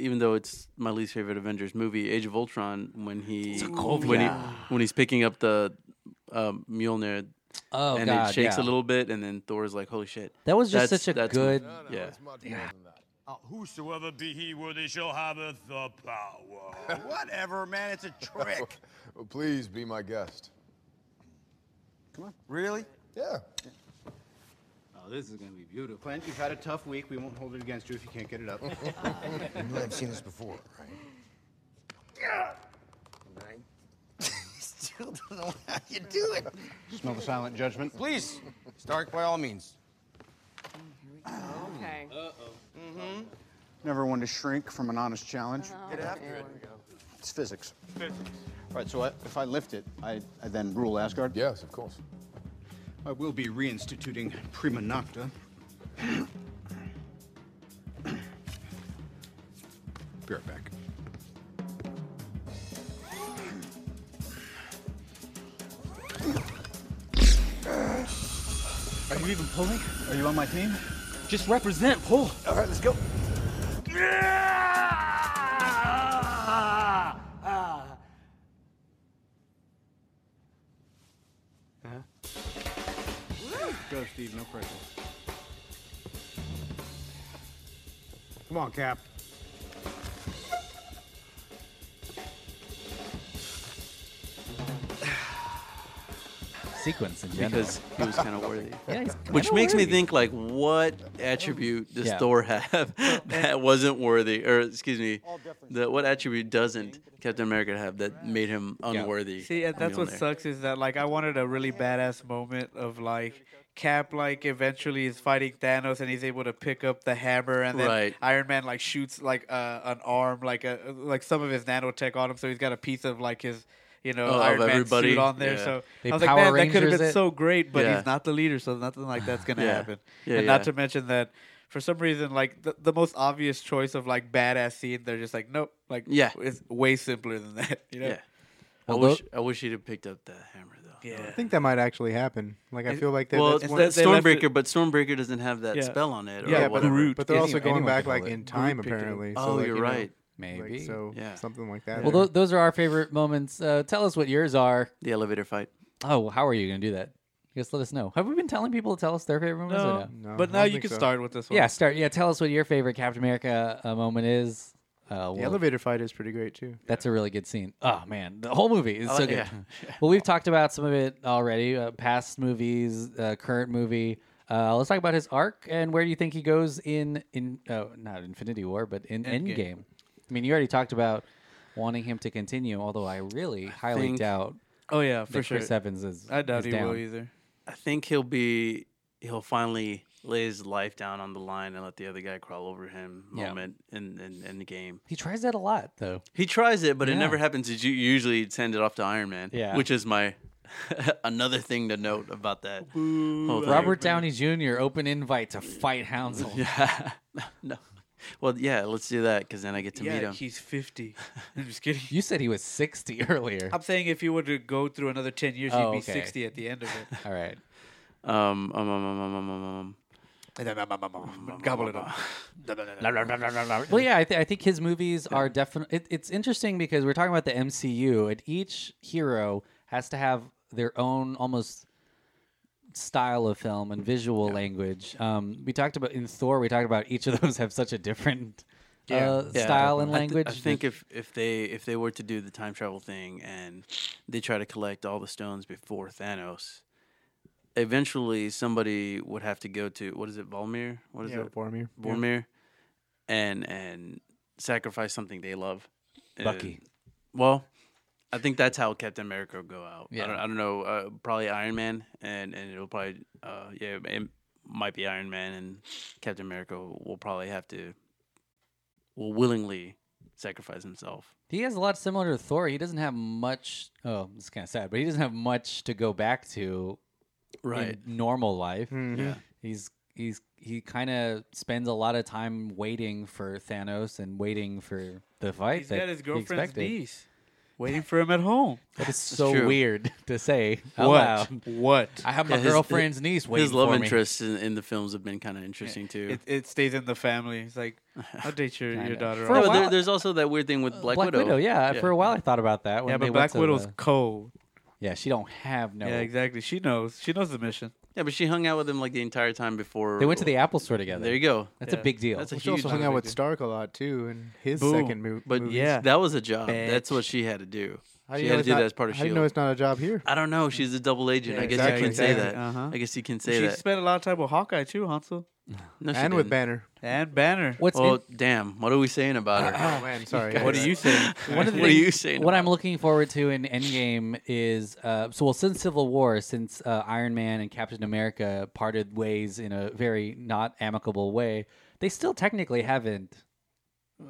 Speaker 4: even though it's my least favorite Avengers movie, Age of Ultron, when he when he
Speaker 5: Sokovia.
Speaker 4: when he's picking up the um, Mjolnir,
Speaker 5: Oh,
Speaker 4: and
Speaker 5: God,
Speaker 4: it shakes
Speaker 5: yeah.
Speaker 4: a little bit, and then Thor's like, "Holy shit!"
Speaker 5: That was just such a good-
Speaker 4: No, yeah.
Speaker 14: Uh, whosoever be he worthy shall have the power. Whatever, man, it's a trick.
Speaker 15: Well, please be my guest.
Speaker 14: Come on. Really?
Speaker 15: Yeah.
Speaker 11: Oh, this is going to be beautiful. Clint, you've had a tough week. We won't hold it against you if you can't get it up.
Speaker 15: You have seen this before, right?
Speaker 14: Still don't know how you do it.
Speaker 11: Smell the silent judgment.
Speaker 14: Please,
Speaker 11: start by all means.
Speaker 14: Okay. Uh oh. Mm-hmm.
Speaker 11: Never one to shrink from an honest challenge.
Speaker 14: Get after it.
Speaker 11: It's physics. Physics. All right, so I, if I lift it, I, I then rule Asgard? Yes, of course. I will be reinstituting prima nocta. be right back. Are you even pulling? Are you on my team? Just represent, pull. All right, let's go. Go, Steve, no pressure. Come on, Cap.
Speaker 5: Sequence in general.
Speaker 4: because he was kind of worthy.
Speaker 5: Yeah, he's
Speaker 4: Which
Speaker 5: kinda
Speaker 4: makes me
Speaker 5: worthy.
Speaker 4: think, like, what attribute does
Speaker 5: Yeah.
Speaker 4: Thor have that wasn't worthy, or excuse me, the, what attribute doesn't Captain America have that made him unworthy?
Speaker 7: See, and
Speaker 4: to
Speaker 7: that's
Speaker 4: be on
Speaker 7: what
Speaker 4: there?
Speaker 7: sucks is that like I wanted a really badass moment of like Cap like eventually is fighting Thanos and he's able to pick up the hammer and then
Speaker 4: Right.
Speaker 7: Iron Man like shoots like uh, an arm like a like some of his nanotech on him so he's got a piece of like his you know
Speaker 4: Oh, of
Speaker 7: Iron Man
Speaker 4: everybody,
Speaker 7: suit on there
Speaker 4: yeah.
Speaker 7: so
Speaker 4: They
Speaker 7: I was like
Speaker 4: Power
Speaker 7: man that could have
Speaker 4: Rangers
Speaker 7: been
Speaker 4: it?
Speaker 7: so great but
Speaker 4: Yeah.
Speaker 7: he's not the leader so nothing like that's gonna
Speaker 4: Yeah.
Speaker 7: happen
Speaker 4: Yeah,
Speaker 7: and not
Speaker 4: yeah.
Speaker 7: to mention that for some reason like the, the most obvious choice of like badass scene they're just like nope like
Speaker 4: Yeah.
Speaker 7: it's way simpler than that you know
Speaker 4: Yeah. I
Speaker 7: Although-
Speaker 4: wish I wish he'd have picked up that hammer though.
Speaker 6: I think that might actually happen. Like I feel like that,
Speaker 4: well,
Speaker 6: that's
Speaker 4: it's
Speaker 6: one-
Speaker 4: that Stormbreaker, but Stormbreaker doesn't have that
Speaker 6: Yeah.
Speaker 4: spell on it. Or
Speaker 6: Yeah, but,
Speaker 4: whatever.
Speaker 6: but they're also going back like in time apparently.
Speaker 4: Oh,
Speaker 6: so, like,
Speaker 4: you're
Speaker 6: you know,
Speaker 4: right.
Speaker 6: like,
Speaker 5: Maybe.
Speaker 6: so
Speaker 4: Yeah.
Speaker 6: something like that.
Speaker 5: Well,
Speaker 6: or-
Speaker 5: tho- those are our favorite moments. Uh, tell us what yours are.
Speaker 4: The elevator fight.
Speaker 5: Oh, how are you going to do that? Just let us know. Have we been telling people to tell us their favorite moments? or
Speaker 7: No,
Speaker 5: no?
Speaker 7: No, but I now don't you think can so. start with this one.
Speaker 5: Yeah, start. Yeah, tell us what your favorite Captain America uh, moment is. Uh,
Speaker 6: the
Speaker 5: we'll-
Speaker 6: elevator fight is pretty great too.
Speaker 5: That's a really good scene. Oh man, the whole movie is
Speaker 7: Oh,
Speaker 6: I
Speaker 5: so
Speaker 6: like-
Speaker 5: good.
Speaker 6: yeah.
Speaker 5: Well, we've talked about some of it already. Uh, past movies, uh, current movie. Uh, let's talk about his arc and where do you think he goes in in oh, not Infinity War, but in Endgame.
Speaker 4: Endgame.
Speaker 5: I mean, you already talked about wanting him to continue, although I really highly
Speaker 4: think-
Speaker 5: doubt.
Speaker 7: Oh, yeah,
Speaker 5: that
Speaker 7: for sure.
Speaker 5: Chris Evans is.
Speaker 7: I doubt
Speaker 5: is
Speaker 7: he
Speaker 5: down.
Speaker 7: will either.
Speaker 4: I think he'll be he'll finally lays life down on the line and let the other guy crawl over him
Speaker 5: Yeah.
Speaker 4: moment in, in, in the game.
Speaker 5: He tries that a lot, though.
Speaker 4: He tries it, but it
Speaker 5: Yeah.
Speaker 4: never happens. You ju- usually send it off to Iron Man,
Speaker 5: Yeah.
Speaker 4: which is my another thing to note about that. whole thing.
Speaker 5: Robert Downey Jr. open invite to fight Hounsel.
Speaker 4: Yeah. no. Well, yeah, let's do that because then I get to meet
Speaker 7: Yeah,
Speaker 4: him.
Speaker 7: he's fifty. I'm just kidding.
Speaker 5: You said he was 60 earlier.
Speaker 7: I'm saying if you were to go through another ten years,
Speaker 4: Oh,
Speaker 7: you'd be
Speaker 4: okay.
Speaker 7: sixty at the end of it.
Speaker 5: All right.
Speaker 4: Um, um, um, um, um, um, um, um.
Speaker 7: Gobble it up.
Speaker 5: Well, yeah, I, th- I think his movies are definitely. It, it's interesting because we're talking about the MCU, and each hero has to have their own almost style of film and visual language. Um, we talked about in Thor, we talked about each of those have such a different uh,
Speaker 4: Yeah.
Speaker 5: style and
Speaker 4: I th-
Speaker 5: language.
Speaker 4: I, think if, if they if they were to do the time travel thing and they try to collect all the stones before Thanos, eventually somebody would have to go to what is it, Volmir? What is
Speaker 6: Yeah,
Speaker 4: it,
Speaker 6: Boromir. Yeah.
Speaker 4: Boromir, and and sacrifice something they love. Uh,
Speaker 5: Bucky.
Speaker 4: well, I think that's how Captain America will go out.
Speaker 5: Yeah.
Speaker 4: I, don't, I don't know. Uh, probably Iron Man, and and it'll probably uh, yeah, it might be Iron Man and Captain America will probably have to will willingly sacrifice himself.
Speaker 5: He has a lot similar to Thor. He doesn't have much. Oh, it's kind of sad, but he doesn't have much to go back to,
Speaker 4: Right.
Speaker 5: In normal life.
Speaker 4: Mhm. Yeah.
Speaker 5: He's he's he kind of spends a lot of time waiting for Thanos and waiting for the fight
Speaker 7: He's
Speaker 5: that
Speaker 7: got his
Speaker 5: he
Speaker 7: girlfriend's
Speaker 5: expected.
Speaker 7: niece waiting for him at home.
Speaker 5: That is
Speaker 7: That's
Speaker 5: so
Speaker 7: true.
Speaker 5: weird to say. out
Speaker 7: What?
Speaker 5: loud.
Speaker 7: What?
Speaker 5: I have my
Speaker 4: Yeah, his-
Speaker 5: girlfriend's
Speaker 4: his-
Speaker 5: niece waiting
Speaker 4: His love
Speaker 5: for me.
Speaker 4: interests in, in the films have been kind of interesting too.
Speaker 7: It, it stays in the family. It's like, I'll date your,
Speaker 4: I
Speaker 7: your
Speaker 4: know.
Speaker 7: daughter.
Speaker 4: For a No, but there- while- there's also that weird thing with Black Widow.
Speaker 5: uh, yeah,
Speaker 4: Yeah.
Speaker 5: For a while, I thought about that. When
Speaker 7: yeah,
Speaker 5: they
Speaker 7: but
Speaker 5: went
Speaker 7: Black
Speaker 5: to
Speaker 7: Widow's
Speaker 5: the-
Speaker 7: cold.
Speaker 5: Yeah, she don't have no.
Speaker 7: Yeah, exactly. She knows. She knows the mission.
Speaker 4: Yeah, but she hung out with him like the entire time before
Speaker 5: They went to the Apple Store together.
Speaker 4: There you go.
Speaker 5: That's a big deal.
Speaker 4: That's a
Speaker 6: Well, she
Speaker 4: huge.
Speaker 6: also hung out with
Speaker 4: deal.
Speaker 6: Stark a lot too in his
Speaker 4: Boom.
Speaker 6: second move.
Speaker 4: But that was a job. That's what she had to do.
Speaker 6: How do
Speaker 4: she
Speaker 6: you know
Speaker 4: had to
Speaker 6: it's
Speaker 4: do
Speaker 6: not-
Speaker 4: that as part of
Speaker 6: how do
Speaker 4: Shield.
Speaker 6: you know it's not a job here?
Speaker 4: I don't know. She's a double agent.
Speaker 6: Yeah,
Speaker 4: I guess
Speaker 6: exactly.
Speaker 4: you can say
Speaker 6: Exactly.
Speaker 4: that.
Speaker 6: Uh-huh.
Speaker 4: I guess you can say
Speaker 7: she
Speaker 4: that.
Speaker 7: spent a lot of time with Hawkeye too, Hansel.
Speaker 4: No, she And with didn't.
Speaker 6: Banner.
Speaker 7: And Banner.
Speaker 4: well, damn. What are we saying about her?
Speaker 7: Oh, man, sorry. What do you saying?
Speaker 4: Ah, what
Speaker 5: One
Speaker 4: are
Speaker 5: of the
Speaker 4: you
Speaker 5: things-
Speaker 4: saying?
Speaker 5: What I'm looking forward to in Endgame is uh, so well since Civil War, since uh, Iron Man and Captain America parted ways in a very not amicable way, they still technically haven't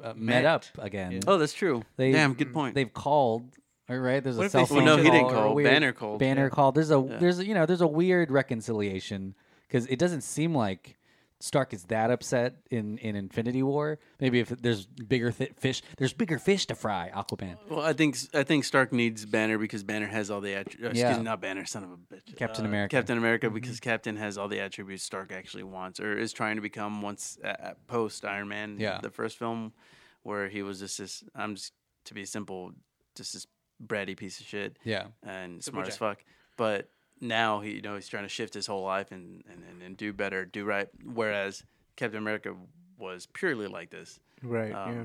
Speaker 5: uh, met.
Speaker 4: Met.
Speaker 5: up again.
Speaker 4: Oh, that's true.
Speaker 5: They,
Speaker 4: Damn, good point.
Speaker 5: They've called. all Right, there's
Speaker 4: What
Speaker 5: a
Speaker 4: if they
Speaker 5: cell
Speaker 4: said-
Speaker 5: phone
Speaker 4: Well, no, he
Speaker 5: call
Speaker 4: didn't
Speaker 5: or a
Speaker 4: call.
Speaker 5: weird
Speaker 4: Banner called.
Speaker 5: Banner
Speaker 4: Yeah.
Speaker 5: called. There's a
Speaker 4: Yeah.
Speaker 5: there's a- you know there's a weird reconciliation because it doesn't seem like Stark is that upset in in Infinity War. Maybe if there's bigger th- fish, there's bigger fish to fry. Aquaman.
Speaker 4: Well, I think I think Stark needs Banner because Banner has all the attributes.
Speaker 5: Yeah.
Speaker 4: Excuse me, not Banner, son of a bitch. Uh,
Speaker 5: Captain America.
Speaker 4: Captain America because Captain has all the attributes Stark actually wants or is trying to become once uh, uh, post Iron Man.
Speaker 5: Yeah.
Speaker 4: The first film where he was just this. I'm just to be simple, just this bratty piece of shit.
Speaker 5: Yeah.
Speaker 4: And
Speaker 5: Simple
Speaker 4: smart as
Speaker 5: Jack.
Speaker 4: fuck. But now he, you know, he's trying to shift his whole life and and, and, and do better, do right. Whereas Captain America was purely like this. Um,
Speaker 6: Right, yeah.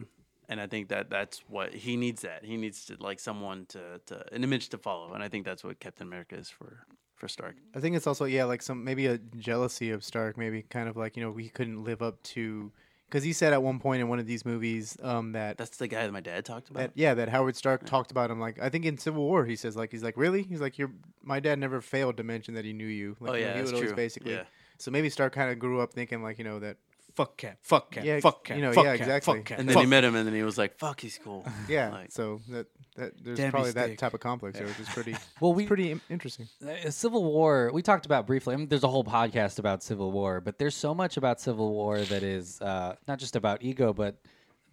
Speaker 4: And I think that that's what he needs. That he needs to like someone to, to an image to follow. And I think that's what Captain America is for for Stark.
Speaker 6: I think it's also yeah, like some maybe a jealousy of Stark, maybe kind of like you know we couldn't live up to because he said at one point in one of these movies um, that
Speaker 4: That's the guy that my dad talked about.
Speaker 6: that yeah that Howard Stark talked about him like I think in Civil War he says like he's like really he's like your my dad never failed to mention that he knew you like
Speaker 4: Oh,
Speaker 6: you know,
Speaker 4: yeah,
Speaker 6: he
Speaker 4: that's
Speaker 6: would always
Speaker 4: true.
Speaker 6: basically
Speaker 4: Yeah.
Speaker 6: so maybe Stark kind of grew up thinking like you know that
Speaker 7: fuck Cap fuck Cap
Speaker 6: yeah,
Speaker 7: fuck Cap
Speaker 6: you know
Speaker 7: fuck
Speaker 6: yeah
Speaker 7: Cap,
Speaker 6: exactly
Speaker 7: fuck Cap,
Speaker 4: and then he met him, and then he was like, "Fuck, he's cool."
Speaker 6: yeah
Speaker 4: Like,
Speaker 6: so that that there's
Speaker 4: Damn,
Speaker 6: probably
Speaker 4: he's
Speaker 6: that
Speaker 4: thick.
Speaker 6: type of complex
Speaker 4: Yeah.
Speaker 6: there which is pretty
Speaker 5: Well, we
Speaker 6: pretty im- interesting
Speaker 5: Uh, Civil War. We talked about briefly. I mean, there's a whole podcast about Civil War, but there's so much about Civil War that is uh, not just about ego, but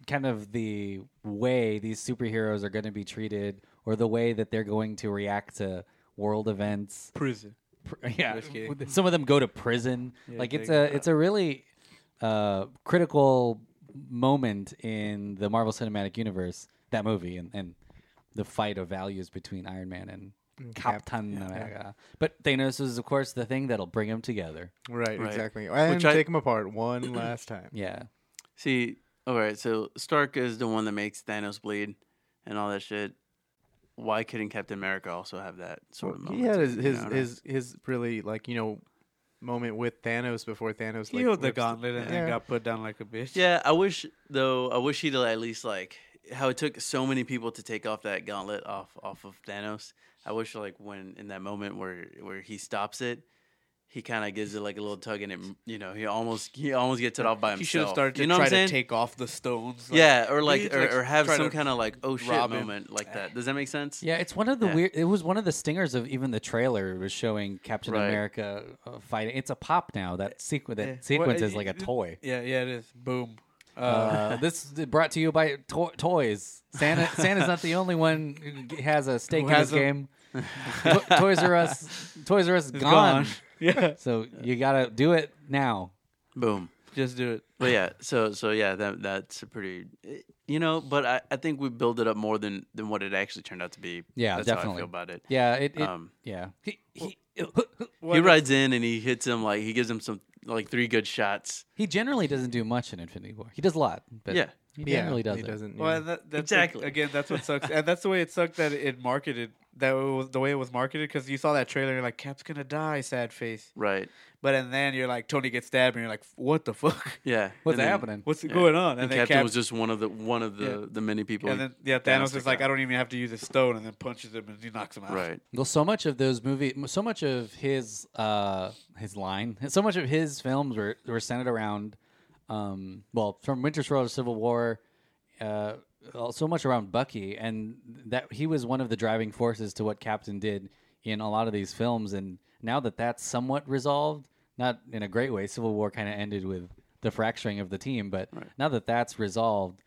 Speaker 5: kind of the way these superheroes are going to be treated, or the way that they're going to react to world events.
Speaker 7: Prison.
Speaker 5: Pr- yeah,
Speaker 7: Just kidding.
Speaker 5: some of them go to prison.
Speaker 7: Yeah,
Speaker 5: like it's
Speaker 7: there you
Speaker 5: a it's a really uh, critical moment in the Marvel Cinematic Universe. That movie and, and the fight of values between Iron Man and
Speaker 6: Mm, Cap-
Speaker 5: Captain
Speaker 6: yeah.
Speaker 5: America. But Thanos is, of course, the thing that'll bring them together.
Speaker 6: right,
Speaker 4: Right.
Speaker 6: exactly
Speaker 4: Which
Speaker 6: and
Speaker 4: I-
Speaker 6: take him apart one last time
Speaker 5: Yeah.
Speaker 4: See, all right, so Stark is the one that makes Thanos bleed and all that shit. Why couldn't Captain America also have that sort of
Speaker 6: He
Speaker 4: moment?
Speaker 6: had
Speaker 4: too?
Speaker 6: his
Speaker 4: You
Speaker 6: his,
Speaker 4: know what I mean?
Speaker 6: his his really like you know moment with Thanos before Thanos
Speaker 7: He
Speaker 6: like
Speaker 7: held the
Speaker 6: rips
Speaker 7: gauntlet and then
Speaker 6: Yeah.
Speaker 7: got put down like a bitch.
Speaker 4: Yeah, I wish though. I wish he'd at least like how it took so many people to take off that gauntlet off off of Thanos. I wish like when in that moment where where he stops it, he kind of gives it like a little tug, and it you know he almost he almost gets it off by himself.
Speaker 7: He should have started to
Speaker 4: you know
Speaker 7: try
Speaker 4: what I'm
Speaker 7: to
Speaker 4: saying?
Speaker 7: take off the stones.
Speaker 4: yeah, or
Speaker 7: he
Speaker 4: like or,
Speaker 7: like
Speaker 4: or have
Speaker 7: tried
Speaker 4: some
Speaker 7: to
Speaker 4: kind of like oh shit
Speaker 7: rob him.
Speaker 4: moment like that. Does that make sense?
Speaker 5: Yeah, it's one of the
Speaker 4: Yeah.
Speaker 5: weird. It was one of the stingers of even the trailer was showing Captain
Speaker 4: Right.
Speaker 5: America uh, fighting. It's a pop now. That sequence. That
Speaker 7: Yeah.
Speaker 5: sequence
Speaker 7: Well,
Speaker 5: is like a
Speaker 7: it- it-
Speaker 5: toy.
Speaker 7: Yeah, yeah, it is. Boom.
Speaker 5: Uh, this is brought to you by to- toys. Santa Santa's not the only one who g- has a stake
Speaker 7: Who
Speaker 5: in
Speaker 7: has
Speaker 5: this
Speaker 7: a-
Speaker 5: game. To- toys R Us, Toys R Us is
Speaker 7: It's
Speaker 5: gone.
Speaker 7: gone. Yeah.
Speaker 5: So you gotta do it now.
Speaker 4: Boom.
Speaker 7: Just do it.
Speaker 4: But yeah, so so yeah, that that's a pretty you know, but I, I think we build it up more than than what it actually turned out to be.
Speaker 5: Yeah,
Speaker 4: that's
Speaker 5: definitely.
Speaker 4: how I feel about it.
Speaker 5: Yeah, it. it yeah. He, he,
Speaker 4: he rides in and he hits him like he gives him some like three good shots.
Speaker 5: he generally doesn't do much in Infinity War. He does a lot, but
Speaker 4: Yeah.
Speaker 5: he
Speaker 4: Yeah,
Speaker 5: generally
Speaker 4: he
Speaker 5: doesn't.
Speaker 6: doesn't,
Speaker 7: Well, and that, that's exactly. again, that's what sucks, and that's the way it sucked that it marketed that it was, the way it was marketed because you saw that trailer, you're like, "Cap's gonna die," sad face.
Speaker 4: Right.
Speaker 7: But and then you're like, Tony gets stabbed, and you're like, "What the fuck?
Speaker 4: Yeah.
Speaker 7: And then- What's going on?"
Speaker 4: And,
Speaker 7: then
Speaker 4: Captain
Speaker 7: Cap-
Speaker 4: was just one of the one of the
Speaker 7: Yeah.
Speaker 4: the many people.
Speaker 7: And then yeah, Thanos is like, "I don't even have to use a stone," and then punches him, and he knocks him out.
Speaker 4: Right.
Speaker 5: Well, so much of those movie, so much of his uh, his line, so much of his films were were centered around, um, well, from Winter Soldier, Civil War, uh, so much around Bucky, and that he was one of the driving forces to what Captain did in a lot of these films. And now that that's somewhat resolved, not in a great way, Civil War kind of ended with the fracturing of the team, but now that that's resolved,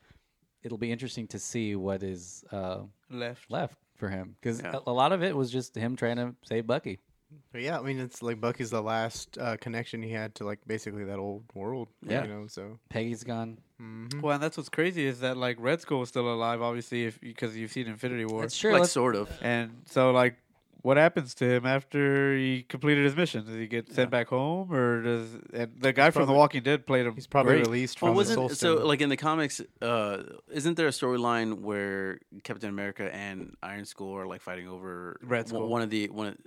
Speaker 5: it'll be interesting to see what is uh,
Speaker 7: Left.
Speaker 5: left for him because a, a lot of it was just him trying to save Bucky.
Speaker 6: But yeah, I mean, it's like Bucky's the last uh, connection he had to like basically that old world.
Speaker 5: Yeah.
Speaker 6: you know, so hmm.
Speaker 5: Peggy's gone.
Speaker 4: Mm.
Speaker 7: Well, and that's what's crazy is that like Red Skull is still alive, obviously, if because you've seen Infinity War.
Speaker 5: That's true. Like, Let's- sort of.
Speaker 7: And so, like, what happens to him after he completed his mission? Does he get sent back home, or does and the guy from The
Speaker 6: probably-
Speaker 7: Walking Dead played him?
Speaker 6: he's probably
Speaker 7: great.
Speaker 6: released
Speaker 4: Well, wasn't so like in the comics? Uh, isn't there a storyline where Captain America and Iron Skull are like fighting over
Speaker 7: Red
Speaker 4: one-
Speaker 7: Skull.
Speaker 4: One of the one of,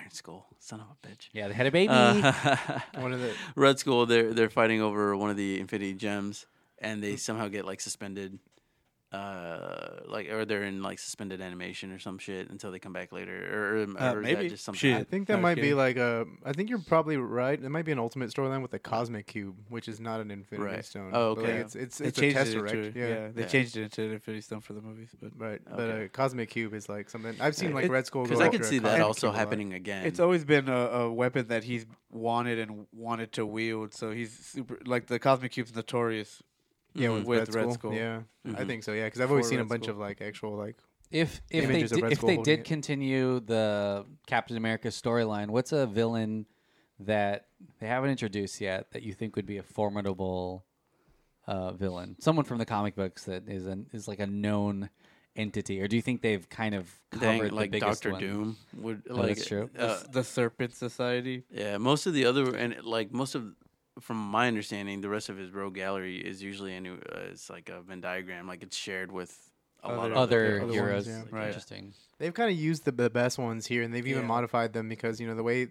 Speaker 4: Iron Skull, son of a bitch.
Speaker 5: Yeah, they had a baby.
Speaker 4: Uh,
Speaker 6: One of the-
Speaker 4: Red Skull. They're they're fighting over one of the Infinity Gems, and
Speaker 6: Mm-hmm.
Speaker 4: they somehow get like suspended, uh, like or they're in like suspended animation or some shit until they come back later, or, or,
Speaker 7: Uh,
Speaker 4: or is that
Speaker 7: maybe.
Speaker 4: just something.
Speaker 6: I think that might be like a. I think you're probably right. It might be an ultimate storyline with the cosmic cube, which is not an infinity
Speaker 4: Right.
Speaker 6: stone.
Speaker 4: Oh,
Speaker 6: But,
Speaker 4: okay.
Speaker 6: like, it's it's,
Speaker 7: They
Speaker 6: it's a
Speaker 7: changed it
Speaker 6: tesseract.
Speaker 7: into-
Speaker 6: yeah.
Speaker 7: yeah, they changed it into an Infinity Stone for the movies, but
Speaker 6: Right,
Speaker 7: Okay.
Speaker 6: but a cosmic cube is like something I've seen
Speaker 7: Yeah.
Speaker 6: like
Speaker 7: It-
Speaker 6: Red Skull.
Speaker 4: 'cause
Speaker 6: go
Speaker 4: I
Speaker 6: after
Speaker 4: could
Speaker 6: a
Speaker 4: see that
Speaker 6: cosmic
Speaker 4: also
Speaker 6: cube a lot.
Speaker 4: happening again.
Speaker 7: It's always been a, a weapon that he's wanted and wanted to wield. So he's super like the Cosmic Cube's notorious.
Speaker 6: Yeah, with, Red, Skull. Yeah, I
Speaker 7: Mhm.
Speaker 6: think so. Yeah, because I've always
Speaker 7: For
Speaker 6: seen a
Speaker 7: Red
Speaker 6: bunch
Speaker 7: Skull.
Speaker 6: of like actual like
Speaker 5: If if
Speaker 6: images
Speaker 5: they
Speaker 6: of
Speaker 5: did,
Speaker 6: Red
Speaker 5: if
Speaker 6: Skull
Speaker 5: they
Speaker 6: holding
Speaker 5: did
Speaker 6: it.
Speaker 5: continue the Captain America storyline, what's a villain that they haven't introduced yet that you think would be a formidable uh, villain? Someone from the comic books that is an is like a known entity, or do you think they've kind of
Speaker 4: Dang,
Speaker 5: covered the
Speaker 4: like
Speaker 5: biggest
Speaker 4: Doctor
Speaker 5: one?
Speaker 4: Doom would
Speaker 5: Oh,
Speaker 4: like uh,
Speaker 5: that's true.
Speaker 7: The s- the Serpent Society.
Speaker 4: Yeah, most of the other and like most of, from my understanding, the rest of his rogue gallery is usually any. Uh, it's like a Venn diagram, like it's shared with a lot of
Speaker 5: Other
Speaker 4: people.
Speaker 5: heroes.
Speaker 6: yeah.
Speaker 5: Like,
Speaker 4: Right.
Speaker 5: Interesting.
Speaker 6: They've kind of used the, the best ones here, and they've even
Speaker 7: Yeah.
Speaker 6: modified them because you know the way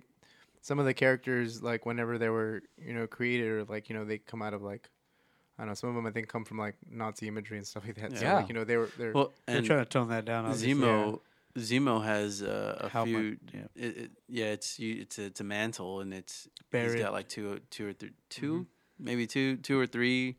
Speaker 6: some of the characters, like whenever they were you know created, or like you know they come out of like I don't know, some of them I think come from like Nazi imagery and stuff like that. So
Speaker 4: Yeah.
Speaker 6: like you know they were they're
Speaker 4: Well,
Speaker 7: They're
Speaker 4: and
Speaker 7: trying to tone that down, obviously.
Speaker 4: Zemo, Zemo has uh, a
Speaker 7: How much-
Speaker 4: few.
Speaker 7: yeah.
Speaker 4: It, it, yeah, it's you- it's a, it's a mantle, and it's
Speaker 7: Buried.
Speaker 4: he's got like two, two or three, 2
Speaker 5: Mm-hmm.
Speaker 4: maybe two, two or three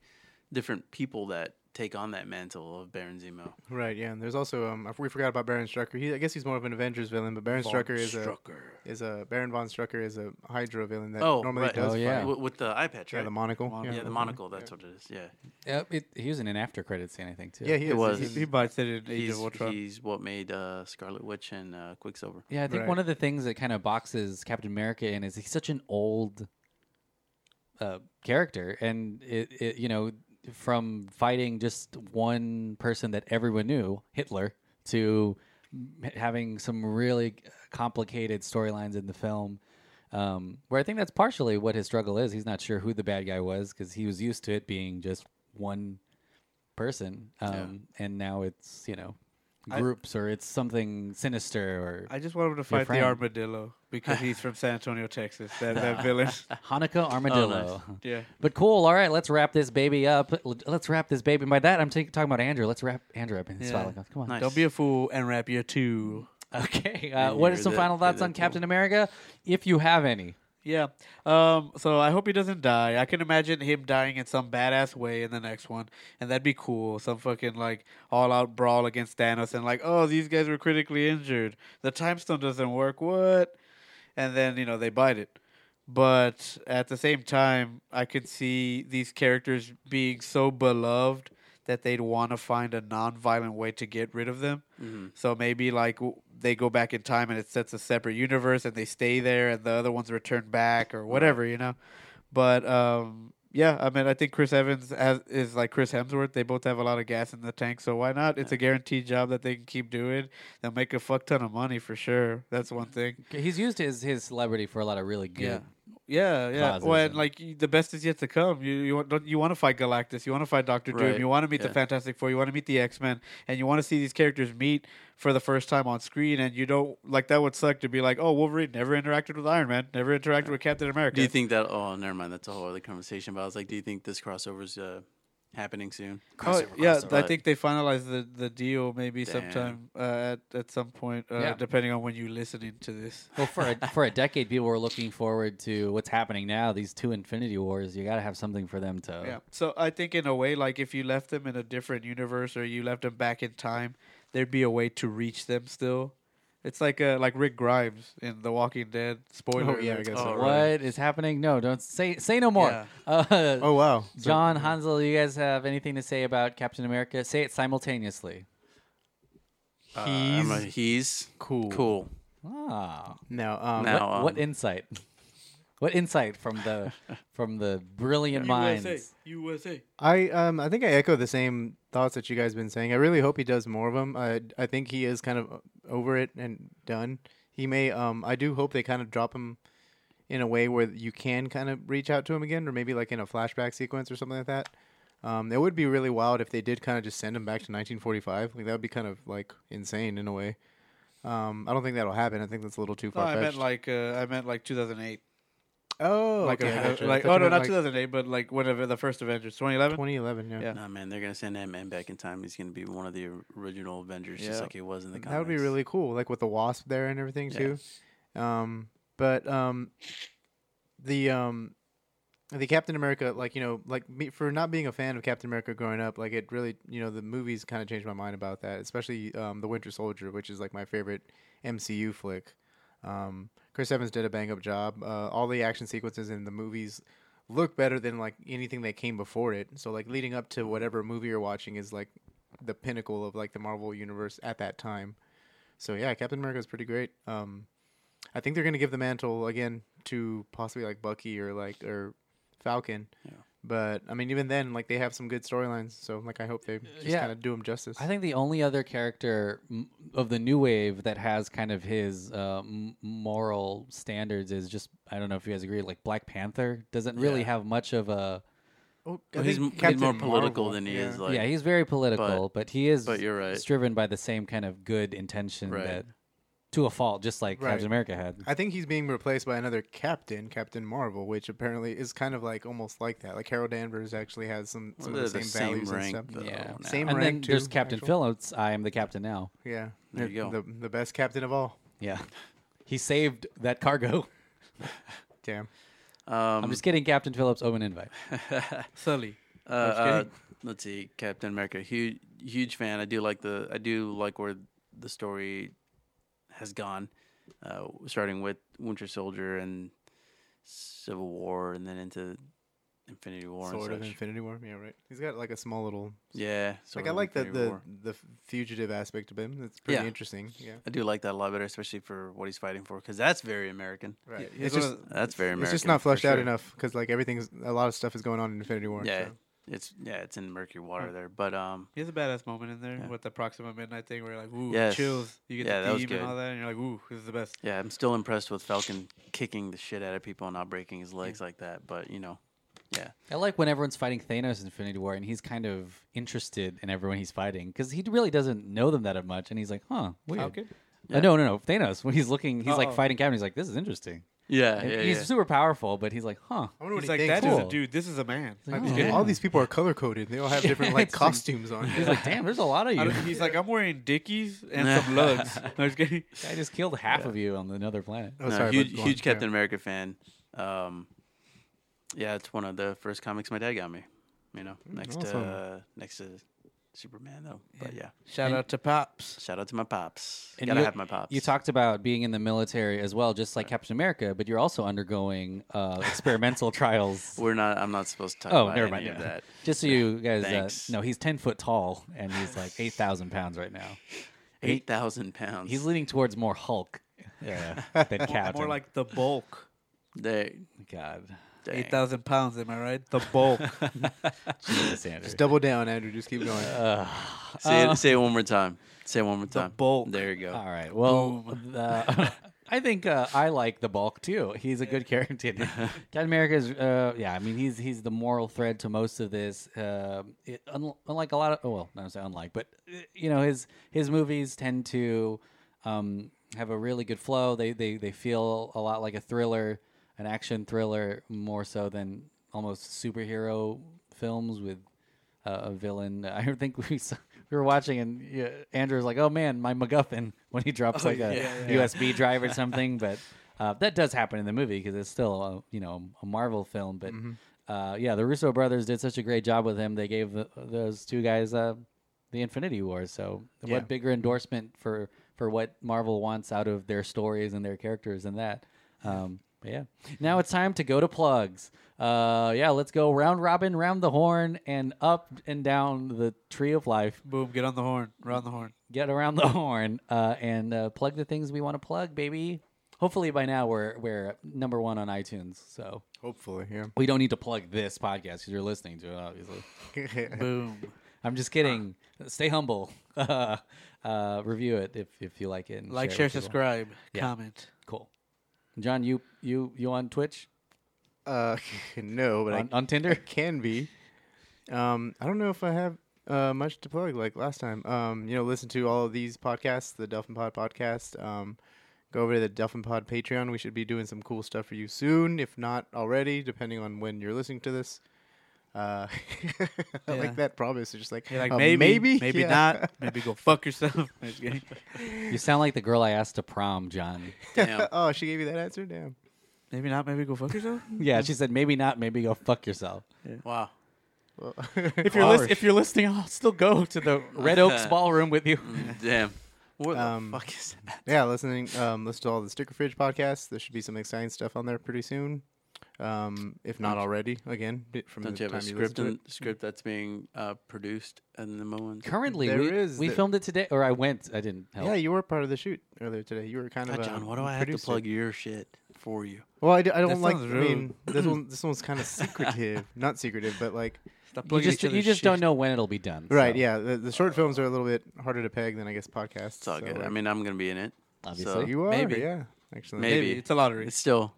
Speaker 4: different people that take on that mantle of Baron Zemo.
Speaker 6: right. Yeah, and there's also um I- we forgot about Baron Strucker. He I guess he's more of an Avengers villain, but Baron
Speaker 4: Von
Speaker 6: Strucker is
Speaker 4: Strucker.
Speaker 6: a is a Baron von Strucker is a Hydra villain that
Speaker 4: oh,
Speaker 6: normally
Speaker 4: right.
Speaker 6: does fight.
Speaker 4: with, with the eye patch,
Speaker 6: Yeah,
Speaker 4: right?
Speaker 6: the monocle.
Speaker 4: Yeah,
Speaker 6: Yeah.
Speaker 4: the monocle. That's what it is. Yeah,
Speaker 5: Yeah, it, he was in an after credit scene, I think too.
Speaker 6: Yeah, he
Speaker 4: it was.
Speaker 7: He- he bites it in Age of
Speaker 4: he's,
Speaker 7: Ultron.
Speaker 4: He's what made uh, Scarlet Witch and uh, Quicksilver.
Speaker 5: Yeah, I think one of the things that kind of boxes Captain America in is he's such an old uh, character, and it, it you know from fighting just one person that everyone knew, Hitler, to m- having some really complicated storylines in the film. Um, where I think that's partially what his struggle is. He's not sure who the bad guy was because he was used to it being just one person, um, and now it's you know
Speaker 7: I-
Speaker 5: groups or it's something sinister or
Speaker 7: I just want him to
Speaker 5: your
Speaker 7: fight the
Speaker 5: friend.
Speaker 7: armadillo because he's from San Antonio, Texas. That that villain.
Speaker 5: Hanukkah armadillo.
Speaker 7: Oh, nice. Yeah.
Speaker 5: But cool. All right, let's wrap this baby up. L- Let's wrap this baby. And by that, I'm ta- talking about Andrew. Let's wrap Andrew up in his
Speaker 7: Yeah.
Speaker 5: yeah. Come on.
Speaker 7: Don't be a fool and wrap your two.
Speaker 5: Okay. Uh, what are some final thoughts on Captain America, if you have any?
Speaker 7: Yeah. Um, so I hope he doesn't die. I can imagine him dying in some badass way in the next one, and that'd be cool. Some fucking like all out brawl against Thanos, and like, oh, these guys were critically injured. The time stone doesn't work. What? And then you know they bite it. But at the same time, I could see these characters being so beloved that they'd want to find a non-violent way to get rid of them.
Speaker 4: Mhm.
Speaker 7: So maybe like w- they go back in time and it sets a separate universe and they stay there and the other ones return back or whatever, you know. But um yeah, I mean I think Chris Evans has, is like Chris Hemsworth. They both have a lot of gas in the tank, so why not? It's a guaranteed job that they can keep doing. They'll make a fuck ton of money for sure. That's one thing.
Speaker 5: He's used his his celebrity for a lot of really good.
Speaker 7: Yeah. Yeah, yeah.
Speaker 5: causes
Speaker 7: Well, and
Speaker 5: and-
Speaker 7: like y- the best is yet to come. You you want don't- you want to fight Galactus. You want to fight Doctor
Speaker 4: Right,
Speaker 7: Doom. You want to meet the
Speaker 4: yeah.
Speaker 7: Fantastic Four. You want to meet the X Men, and you want to see these characters meet for the first time on screen. And you don't like that would suck to be like, oh, Wolverine never interacted with Iron Man, never interacted with Captain America.
Speaker 4: Do you think that? Oh, never mind. That's a whole other conversation. But I was like, do you think this crossover's uh, happening soon?
Speaker 7: Oh, yeah, I
Speaker 4: But-
Speaker 7: think they finalized the, the deal maybe
Speaker 4: Damn.
Speaker 7: sometime uh, at at some point, uh,
Speaker 5: Yeah.
Speaker 7: depending on when you're listening to this.
Speaker 5: Well, for a, for a decade, people were looking forward to what's happening now. These two Infinity Wars, you got to have something for them to.
Speaker 7: Yeah. So I think in a way, like if you left them in a different universe or you left them back in time, there'd be a way to reach them still. It's like uh, like Rick Grimes in The Walking Dead. Spoiler.
Speaker 5: yeah, Oh.
Speaker 7: alert.
Speaker 5: What is happening? No, don't say say no more.
Speaker 7: Yeah.
Speaker 5: Uh,
Speaker 7: Oh, wow. So-
Speaker 5: John Hansel, you guys have anything to say about Captain America? Say it simultaneously.
Speaker 4: Uh, I'm a- he's
Speaker 5: cool.
Speaker 4: Cool.
Speaker 5: Wow.
Speaker 6: No,
Speaker 5: What-
Speaker 6: um,
Speaker 5: what, insight? What insight from the from the brilliant minds?
Speaker 7: USA.
Speaker 6: I um I think I echo the same thoughts that you guys been saying. I really hope he does more of them. I I think he is kind of uh, over it and done. He may um I do hope they kind of drop him in a way where you can kind of reach out to him again, or maybe like in a flashback sequence or something like that. Um, it would be really wild if they did kind of just send him back to 1945. Like that would be kind of like insane in a way. Um, I don't think that'll happen. I think that's a little too
Speaker 7: No,
Speaker 6: far.
Speaker 7: I meant like uh, I meant like 2008.
Speaker 6: Oh,
Speaker 7: like,
Speaker 6: okay,
Speaker 7: a-
Speaker 6: I gotcha. I
Speaker 7: like
Speaker 6: thought
Speaker 7: oh
Speaker 6: you
Speaker 7: no,
Speaker 6: meant,
Speaker 7: not 2008,
Speaker 6: like-
Speaker 7: but like whenever the first Avengers, 2011.
Speaker 6: 2011, yeah.
Speaker 4: Nah, man, they're gonna send that man back in time. He's gonna be one of the original Avengers, just
Speaker 6: Yeah.
Speaker 4: like he was in the comics.
Speaker 6: That would be really cool, like with the wasp there and everything
Speaker 4: Yeah.
Speaker 6: too. Um, but um, the um, the Captain America, like you know, like me, for not being a fan of Captain America growing up, like it really, you know, the movies kind of changed my mind about that, especially um, the Winter Soldier, which is like my favorite MCU flick. Um, Chris Evans did a bang up job. Uh, all the action sequences in the movies look better than like anything that came before it. So like leading up to whatever movie you're watching is like the pinnacle of like the Marvel universe at that time. So yeah, Captain America is pretty great. Um, I think they're gonna give the mantle again to possibly like Bucky or like or Falcon. But I mean, even then, like they have some good storylines. So like I hope they just
Speaker 5: Uh, Yeah.
Speaker 6: kind of do them justice.
Speaker 5: I think the only other character m- of the new wave that has kind of his uh, m- moral standards is just I don't know if you guys agree, like Black Panther doesn't really have much of a.
Speaker 6: Oh,
Speaker 4: Well, he's m- he's more political than he is. Like,
Speaker 5: yeah, he's very political, but, he is
Speaker 4: But you're right.
Speaker 5: driven by the same kind of good intention
Speaker 4: Right.
Speaker 5: that, to a fault, just like Captain America had.
Speaker 6: I think he's being replaced by another captain, Captain Marvel, which apparently is kind of like almost like that. Like Harold Danvers actually has some, some
Speaker 4: Well,
Speaker 6: of the
Speaker 4: they're
Speaker 6: same,
Speaker 4: the same
Speaker 6: values
Speaker 4: rank,
Speaker 6: and stuff.
Speaker 4: though, Yeah. now.
Speaker 6: same
Speaker 5: and
Speaker 6: rank
Speaker 5: then there's
Speaker 6: too,
Speaker 5: Captain
Speaker 6: actually.
Speaker 5: Phillips. I am the captain now.
Speaker 6: Yeah,
Speaker 4: There you go.
Speaker 6: The, the best captain of all.
Speaker 5: Yeah, he saved that cargo.
Speaker 6: Damn.
Speaker 4: Um,
Speaker 5: I'm just kidding, Captain Phillips. Open invite.
Speaker 7: Sully.
Speaker 4: Uh,
Speaker 5: I'm just
Speaker 4: uh,
Speaker 5: kidding.
Speaker 4: let's see, Captain America. Huge, huge fan. I do like the. I do like where the story has gone, uh, starting with Winter Soldier and Civil War, and then into Infinity War.
Speaker 6: Sword
Speaker 4: and
Speaker 6: of
Speaker 4: such.
Speaker 6: Infinity War. Yeah, right. He's got like a small little.
Speaker 4: Yeah, Sword
Speaker 6: Like I
Speaker 4: of
Speaker 6: like the
Speaker 4: Infinity
Speaker 6: the,
Speaker 4: War.
Speaker 6: the fugitive aspect of him. That's pretty interesting. Yeah.
Speaker 4: I do like that a lot better, especially for what he's fighting for, because that's very American.
Speaker 6: Right.
Speaker 7: It's
Speaker 6: just-
Speaker 4: that's very American.
Speaker 6: It's just not
Speaker 4: for
Speaker 6: fleshed out
Speaker 4: sure.
Speaker 6: enough because like everything's a lot of stuff is going on in Infinity War.
Speaker 4: Yeah,
Speaker 6: so.
Speaker 4: it's yeah, it's in murky water there, but um,
Speaker 7: He has a badass moment in there with the Proxima Midnight thing where you're like, ooh,
Speaker 4: Yes.
Speaker 7: chills. You get
Speaker 4: Yeah, that
Speaker 7: the
Speaker 4: was
Speaker 7: theme and
Speaker 4: good.
Speaker 7: all that, and you're like, ooh, this is the best.
Speaker 4: yeah, I'm still impressed with Falcon kicking the shit out of people and not breaking his legs like that. But you know, yeah,
Speaker 5: I like when everyone's fighting Thanos in Infinity War, and he's kind of interested in everyone he's fighting because he really doesn't know them that much, and he's like, "Huh, weird."
Speaker 4: Falcon?
Speaker 5: Uh, no, no, no. Thanos. When he's looking, he's like
Speaker 4: Uh-oh.
Speaker 5: fighting Captain. He's like, "This is interesting."
Speaker 4: Yeah,
Speaker 5: And
Speaker 4: Uh, yeah,
Speaker 5: he's
Speaker 4: yeah.
Speaker 5: super powerful, but he's like, "Huh."
Speaker 6: I wonder
Speaker 5: He's
Speaker 6: what he
Speaker 5: like,
Speaker 6: thinks.
Speaker 5: "That is a
Speaker 6: Cool.
Speaker 7: Dude, this is a man.
Speaker 6: Like,
Speaker 7: I'm just
Speaker 6: these people-
Speaker 7: kidding.
Speaker 6: Oh, all these people are color coded. They all have different like
Speaker 7: It's like-
Speaker 6: costumes on.
Speaker 5: He's like, "Damn, there's a lot of
Speaker 7: I
Speaker 5: you."
Speaker 7: don't- He's like, I'm wearing Dickies and some lugs. No, I'm just kidding.
Speaker 4: Uh,
Speaker 5: I just killed half of you on another planet.
Speaker 4: No, huge, huge Captain America fan. Um, yeah, it's one of the first comics my dad got me. You know,
Speaker 7: Mm,
Speaker 4: next
Speaker 7: awesome.
Speaker 4: to uh, next to Superman though. But yeah,
Speaker 7: Shout out to pops.
Speaker 4: Shout out to my pops.
Speaker 5: And
Speaker 4: Gotta
Speaker 5: you-
Speaker 4: have my pops.
Speaker 5: You talked about being in the military as well, just like Captain America, but you're also undergoing uh, experimental trials.
Speaker 4: We're not. I'm not supposed to talk
Speaker 5: oh,
Speaker 4: about
Speaker 5: never
Speaker 4: any
Speaker 5: mind.
Speaker 4: of
Speaker 5: yeah.
Speaker 4: that.
Speaker 5: Just so you guys
Speaker 4: Thanks.
Speaker 5: uh, know, he's ten foot tall and he's like eight thousand pounds right now. He-
Speaker 4: Eight thousand pounds.
Speaker 5: He's leaning towards more Hulk uh, than Captain.
Speaker 7: More like the bulk.
Speaker 4: They
Speaker 5: God.
Speaker 7: Eight thousand pounds, am I right? The bulk.
Speaker 5: Jesus, Andrew.
Speaker 6: Just double down, Andrew. Just keep going.
Speaker 4: say
Speaker 5: Uh,
Speaker 4: it. Say it one more time. Say it one more time.
Speaker 7: bulk.
Speaker 4: There you go.
Speaker 5: All right. Well, the, I think uh, I like the bulk too. He's a good character. Captain America is, uh, yeah. I mean, he's he's the moral thread to most of this. Uh, it, un- unlike a lot of, oh, well, not say unlike, but uh, you know, his his movies tend to um, have a really good flow. They they they feel a lot like a thriller, an action thriller, more so than almost superhero films with uh, a villain. I think we saw, we were watching, and yeah, Andrew was like, "Oh man, my MacGuffin!" when he drops
Speaker 4: Oh,
Speaker 5: like a
Speaker 4: yeah, yeah.
Speaker 5: USB drive or something. But uh, that does happen in the movie because it's still a, you know a Marvel film. But
Speaker 13: Mhm.
Speaker 4: Mm-hmm.
Speaker 5: uh, yeah, the Russo brothers did such a great job with him. They gave the, those two guys uh, the Infinity War. So
Speaker 13: Yeah.
Speaker 5: what bigger endorsement for for what Marvel wants out of their stories and their characters than that? Um, but yeah. Now it's time to go to plugs. Uh, yeah, let's go round robin, round the horn, and up and down the tree of life.
Speaker 7: Boom! Get on the horn. Round the horn.
Speaker 5: Get around the horn uh, and uh, plug the things we want to plug, baby. Hopefully by now we're we're number one on iTunes. So
Speaker 6: Hopefully, yeah.
Speaker 5: we don't need to plug this podcast because you're listening to it, obviously.
Speaker 7: Boom.
Speaker 5: I'm just kidding. Stay humble. Uh, uh, review it if, if you like it. and
Speaker 7: Like,
Speaker 5: it
Speaker 7: share,
Speaker 5: with people.
Speaker 7: subscribe,
Speaker 5: Yeah.
Speaker 7: comment.
Speaker 5: Cool. John, you you you on Twitch?
Speaker 6: Uh, no, but
Speaker 5: On-
Speaker 6: I, Tinder can be. Um, I don't know if I have uh, much to plug like last time. Um, you know, listen to all of these podcasts, the Dolphin Pod podcast. Um, go over to the Dolphin Pod Patreon. We should be doing some cool stuff for you soon, if not already, depending on when you're listening to this. Uh, I
Speaker 7: Yeah.
Speaker 6: like that promise. It's just like,
Speaker 7: You're like,
Speaker 6: uh,
Speaker 7: maybe,
Speaker 6: maybe,
Speaker 7: maybe
Speaker 6: Yeah.
Speaker 7: not. Maybe go fuck yourself. I'm just kidding.
Speaker 5: You sound like the girl I asked to prom, John.
Speaker 6: oh, she gave you that answer. Damn.
Speaker 7: Maybe not. Maybe go fuck yourself.
Speaker 5: yeah, she said maybe not. Maybe go fuck yourself.
Speaker 4: Wow.
Speaker 5: If you're lis- if you're listening, I'll still go to the Red Oaks ballroom with you.
Speaker 4: Damn. What
Speaker 6: Um,
Speaker 4: the fuck is that?
Speaker 6: Yeah, listening. Um, listen to all the Sticker Fridge podcasts. There should be some exciting stuff on there pretty soon. Um, if not already, again bi- from
Speaker 4: Don't
Speaker 6: the
Speaker 4: you have
Speaker 6: time
Speaker 4: a
Speaker 6: you listen
Speaker 4: script
Speaker 6: to it.
Speaker 4: in, script that's being uh, produced in the moment?
Speaker 5: Currently,
Speaker 6: There
Speaker 5: we,
Speaker 6: is
Speaker 5: we
Speaker 6: the-
Speaker 5: filmed it today, or I went. I didn't help.
Speaker 6: Yeah, you were part of the shoot earlier today. You were kind
Speaker 4: God,
Speaker 6: of
Speaker 4: John,
Speaker 6: um,
Speaker 4: why do I have to
Speaker 6: produced it.
Speaker 4: plug your shit for you?
Speaker 6: Well, I, d- I
Speaker 4: That
Speaker 6: don't like. I
Speaker 4: sounds rude.
Speaker 6: mean, this one this one's kind of secretive, not secretive, but like
Speaker 5: you just you just don't know when it'll be done.
Speaker 6: Right?
Speaker 5: so.
Speaker 6: Yeah, the, the short films are a little bit harder to peg than I guess podcasts.
Speaker 4: It's all
Speaker 6: so,
Speaker 4: good. I
Speaker 6: like,
Speaker 4: mean, I'm gonna be in it.
Speaker 5: Obviously.
Speaker 4: so
Speaker 6: you are.
Speaker 4: Maybe.
Speaker 6: Yeah, actually,
Speaker 4: Maybe.
Speaker 7: It's a lottery.
Speaker 4: It's still.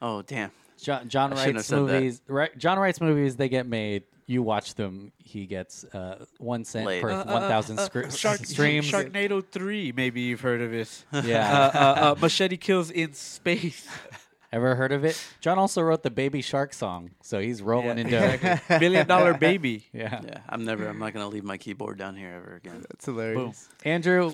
Speaker 4: Oh damn.
Speaker 5: John, John
Speaker 4: I shouldn't
Speaker 5: Wright's
Speaker 4: have said that.
Speaker 5: movies. Right, John Wright's movies. They get made. You watch them. He gets uh, one cent
Speaker 4: Late.
Speaker 5: per
Speaker 4: Uh,
Speaker 5: one thousand scr-
Speaker 7: Shark,
Speaker 5: streams.
Speaker 7: Sharknado three. Maybe you've heard of it.
Speaker 5: Yeah.
Speaker 7: Uh, uh, uh, machete kills in space.
Speaker 5: Ever heard of it? John also wrote the Baby Shark song, so he's rolling in dough.
Speaker 7: Exactly. Million dollar baby.
Speaker 5: Yeah.
Speaker 4: Yeah. I'm never. I'm not gonna leave my keyboard down here ever again.
Speaker 6: That's hilarious.
Speaker 5: Andrew,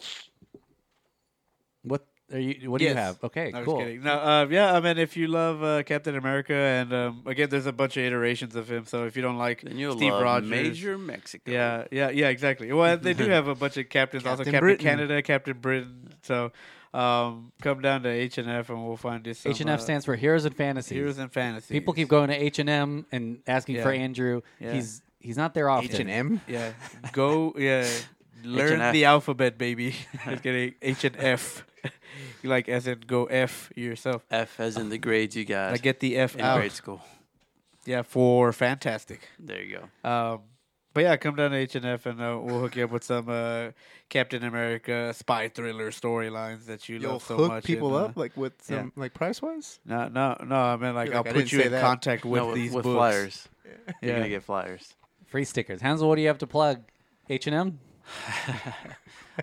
Speaker 5: what are you? What do you
Speaker 7: Yes.
Speaker 5: have? Okay,
Speaker 7: No, I'm just
Speaker 5: cool.
Speaker 7: kidding. No, uh, yeah, I mean, if you love uh, Captain America, and um, again, there's a bunch of iterations of him. So if you don't like
Speaker 4: Then you'll
Speaker 7: Steve
Speaker 4: love
Speaker 7: Rogers,
Speaker 4: Major Mexico.
Speaker 7: Yeah, yeah, yeah, exactly. Well, they do have a bunch of captains, also
Speaker 6: Captain
Speaker 7: Captain
Speaker 6: Britain.
Speaker 7: Canada, Captain Britain. So um, come down to H and F, and we'll find you. Some,
Speaker 5: H and F
Speaker 7: uh,
Speaker 5: stands for Heroes and Fantasies.
Speaker 7: Heroes and Fantasies.
Speaker 5: People keep going to H and M and asking for
Speaker 7: Yeah.
Speaker 5: Andrew.
Speaker 7: Yeah.
Speaker 5: He's he's not there often.
Speaker 6: H&M?
Speaker 7: Yeah, go. Yeah, learn
Speaker 4: H&F.
Speaker 7: the alphabet, baby. Just kidding. H and F. You like as in go F yourself.
Speaker 4: F as in the grades you got.
Speaker 7: Like get the F
Speaker 4: in
Speaker 7: out.
Speaker 4: grade school.
Speaker 7: Yeah, for fantastic.
Speaker 4: There you go.
Speaker 7: Um, but yeah, come down to H and F, and uh, we'll hook you up with some uh, Captain America spy thriller storylines that you
Speaker 6: You'll
Speaker 7: love so
Speaker 6: hook
Speaker 7: much.
Speaker 6: people
Speaker 7: and, uh,
Speaker 6: up like with
Speaker 7: yeah.
Speaker 6: some like price wise.
Speaker 7: No, no, no. I mean, like
Speaker 6: You're
Speaker 7: I'll
Speaker 6: like, I
Speaker 7: put
Speaker 6: didn't
Speaker 7: you
Speaker 6: say
Speaker 7: in
Speaker 6: that.
Speaker 7: contact with
Speaker 4: No, with-
Speaker 7: these
Speaker 4: with
Speaker 7: books.
Speaker 4: flyers. You're
Speaker 7: Yeah.
Speaker 4: gonna get flyers.
Speaker 5: Free stickers. Hansel, what do you have to plug? H and M.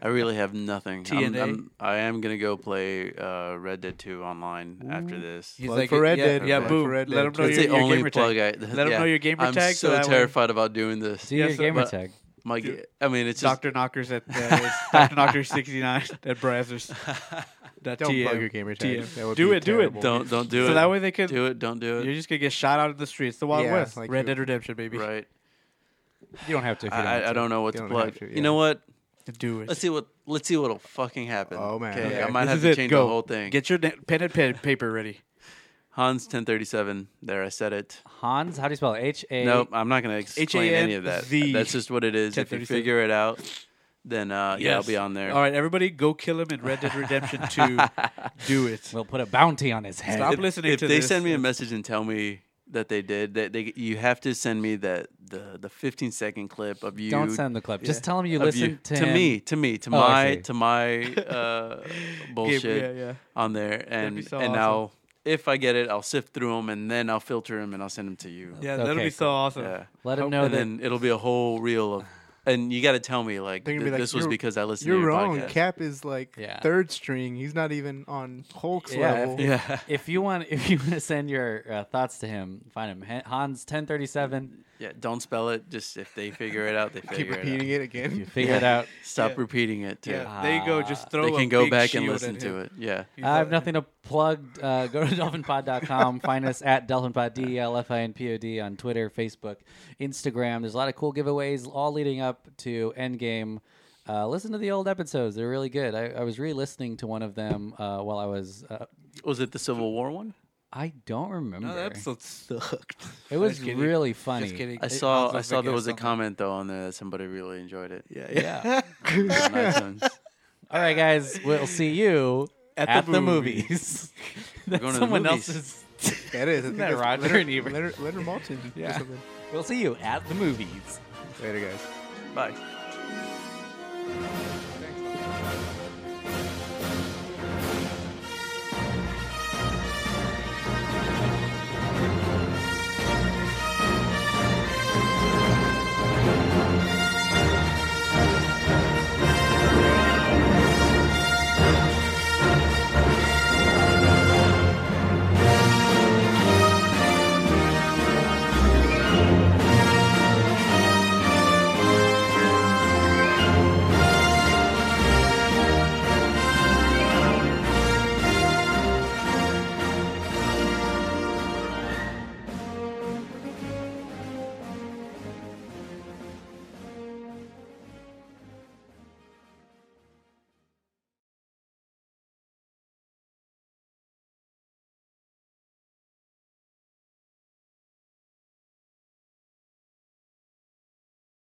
Speaker 4: I really have nothing. I'm,
Speaker 7: TNA?
Speaker 4: I'm, I am gonna go play uh, Red Dead 2 online after this.
Speaker 7: He's Plug like, for Red yeah, Dead, yeah, plug for boom. Red Let Dead him know 2.
Speaker 4: That's
Speaker 7: your-
Speaker 4: the
Speaker 7: your
Speaker 4: only
Speaker 7: gamer
Speaker 4: plug
Speaker 7: tag.
Speaker 4: I.
Speaker 7: Let him
Speaker 4: yeah.
Speaker 7: know your gamer
Speaker 4: I'm
Speaker 7: tag, so
Speaker 4: so
Speaker 7: that way-
Speaker 4: terrified about doing this.
Speaker 5: Do your Yes, sir. gamer
Speaker 4: But
Speaker 5: tag.
Speaker 4: My, ga- I mean, it's just
Speaker 7: Doctor Knockers at uh, Doctor Knockers sixty nine at Brazzers. Not
Speaker 6: Don't
Speaker 7: TM.
Speaker 6: plug your gamer tag.
Speaker 7: TM.
Speaker 6: That would
Speaker 7: do
Speaker 6: be
Speaker 7: it, do
Speaker 6: terrible.
Speaker 7: it.
Speaker 4: Don't- don't do
Speaker 7: so
Speaker 4: it.
Speaker 7: that way they could
Speaker 4: Do it, don't do it.
Speaker 7: You're just gonna get shot out of the streets. The Wild
Speaker 4: Yeah,
Speaker 7: West,
Speaker 4: like
Speaker 7: Red
Speaker 4: you-
Speaker 7: Dead Redemption, baby.
Speaker 4: Right.
Speaker 5: You don't have to. If you
Speaker 4: I,
Speaker 5: don't
Speaker 4: I, I
Speaker 5: have to.
Speaker 4: don't know what
Speaker 5: You
Speaker 4: to
Speaker 5: don't have to,
Speaker 4: plug. You
Speaker 5: yeah.
Speaker 4: know what?
Speaker 7: Do it.
Speaker 4: Let's see what. Let's see what'll fucking happen.
Speaker 7: Oh man,
Speaker 4: Okay,
Speaker 7: Okay.
Speaker 4: I might
Speaker 7: This
Speaker 4: have
Speaker 7: is
Speaker 4: to
Speaker 7: it.
Speaker 4: change
Speaker 7: Go.
Speaker 4: the whole thing.
Speaker 7: Get your na- pen and pa- paper ready.
Speaker 4: Hans 1037. There, I said it.
Speaker 5: Hans, how do you spell it? H A.
Speaker 4: Nope, I'm not going to explain any of that.
Speaker 5: H-A-N-Z.
Speaker 4: That's just what it is. If you
Speaker 7: 1037.
Speaker 4: figure it out, then uh, yeah, I'll be on there.
Speaker 7: All right, everybody, go kill him in Red Dead Redemption Two. Do it.
Speaker 5: We'll put a bounty on his head.
Speaker 7: Stop
Speaker 4: If-
Speaker 7: listening
Speaker 4: If
Speaker 7: to
Speaker 4: they
Speaker 7: this.
Speaker 4: send me a message and tell me that they did, that they you have to send me that the the 15 second clip of you.
Speaker 5: Don't send the clip. Just tell 'em you
Speaker 4: of
Speaker 5: listened to
Speaker 4: to
Speaker 5: him.
Speaker 4: me, to me, to
Speaker 5: Oh, I
Speaker 4: my
Speaker 5: see.
Speaker 4: to my uh, bullshit
Speaker 5: yeah, yeah.
Speaker 4: on there,
Speaker 7: That'd be
Speaker 4: and
Speaker 7: so
Speaker 4: and
Speaker 7: awesome.
Speaker 4: I'll if I get it, I'll sift through them and then I'll filter them and I'll send them to you.
Speaker 7: Yeah, that'll Okay, be so cool. awesome.
Speaker 4: Yeah.
Speaker 5: Let 'em
Speaker 4: Hope-
Speaker 5: know
Speaker 4: and
Speaker 5: that-
Speaker 4: then it'll be a whole reel of. And you got to tell me like,
Speaker 6: They're gonna
Speaker 4: th-
Speaker 6: be like,
Speaker 4: this was
Speaker 6: "You're-
Speaker 4: because I listened
Speaker 6: You're
Speaker 4: to your
Speaker 6: wrong.
Speaker 4: podcast.
Speaker 6: Cap is like third string. He's not even on Hulk's level.
Speaker 5: If, if you want, if you want to send your uh, thoughts to him, find him. Han- Hans ten thirty seven.
Speaker 4: Yeah, don't spell it. Just if they figure it out, they
Speaker 6: Keep
Speaker 4: figure
Speaker 6: repeating
Speaker 4: it, out.
Speaker 6: it again.
Speaker 5: If you figure it out.
Speaker 4: Stop
Speaker 5: Yeah.
Speaker 4: repeating it. Too.
Speaker 7: Yeah,
Speaker 4: Ah,
Speaker 7: there you go. Just throw a
Speaker 4: They can go
Speaker 7: big
Speaker 4: back and
Speaker 7: shield
Speaker 4: listen
Speaker 7: at
Speaker 4: to
Speaker 7: him.
Speaker 4: it. Yeah.
Speaker 5: I have nothing to plug. Uh, go to dolphinpod.com. Find us at dolphinpod, D E L F I N P O D, on Twitter, Facebook, Instagram. There's a lot of cool giveaways, all leading up to Endgame. Uh, listen to the old episodes; they're really good. I, I was re-listening to one of them uh, while I was. Uh,
Speaker 4: Was it the Civil War one?
Speaker 5: I don't remember.
Speaker 7: No, that episode sucked.
Speaker 5: It was
Speaker 7: Just kidding.
Speaker 5: really funny.
Speaker 7: Just kidding.
Speaker 4: I
Speaker 7: It-
Speaker 4: saw.
Speaker 7: Hans
Speaker 4: I saw there
Speaker 7: Zimmer
Speaker 4: was a
Speaker 7: guest on
Speaker 4: comment though on there that somebody really enjoyed it.
Speaker 5: Yeah.
Speaker 4: On iTunes.
Speaker 5: All right, guys. We'll see you
Speaker 4: At
Speaker 5: at,
Speaker 4: the
Speaker 5: the,
Speaker 4: movies.
Speaker 5: movies.
Speaker 4: We're
Speaker 5: That's
Speaker 4: going to the
Speaker 5: someone
Speaker 4: movies.
Speaker 5: else's.
Speaker 6: That is. I
Speaker 5: Isn't
Speaker 6: think
Speaker 5: that
Speaker 6: that's
Speaker 5: Roger
Speaker 6: Leonard-
Speaker 5: and Ebert?
Speaker 6: Leonard, Leonard Maltin. or
Speaker 5: Yeah.
Speaker 6: something.
Speaker 5: We'll see you at the movies.
Speaker 6: Later, guys.
Speaker 4: Bye.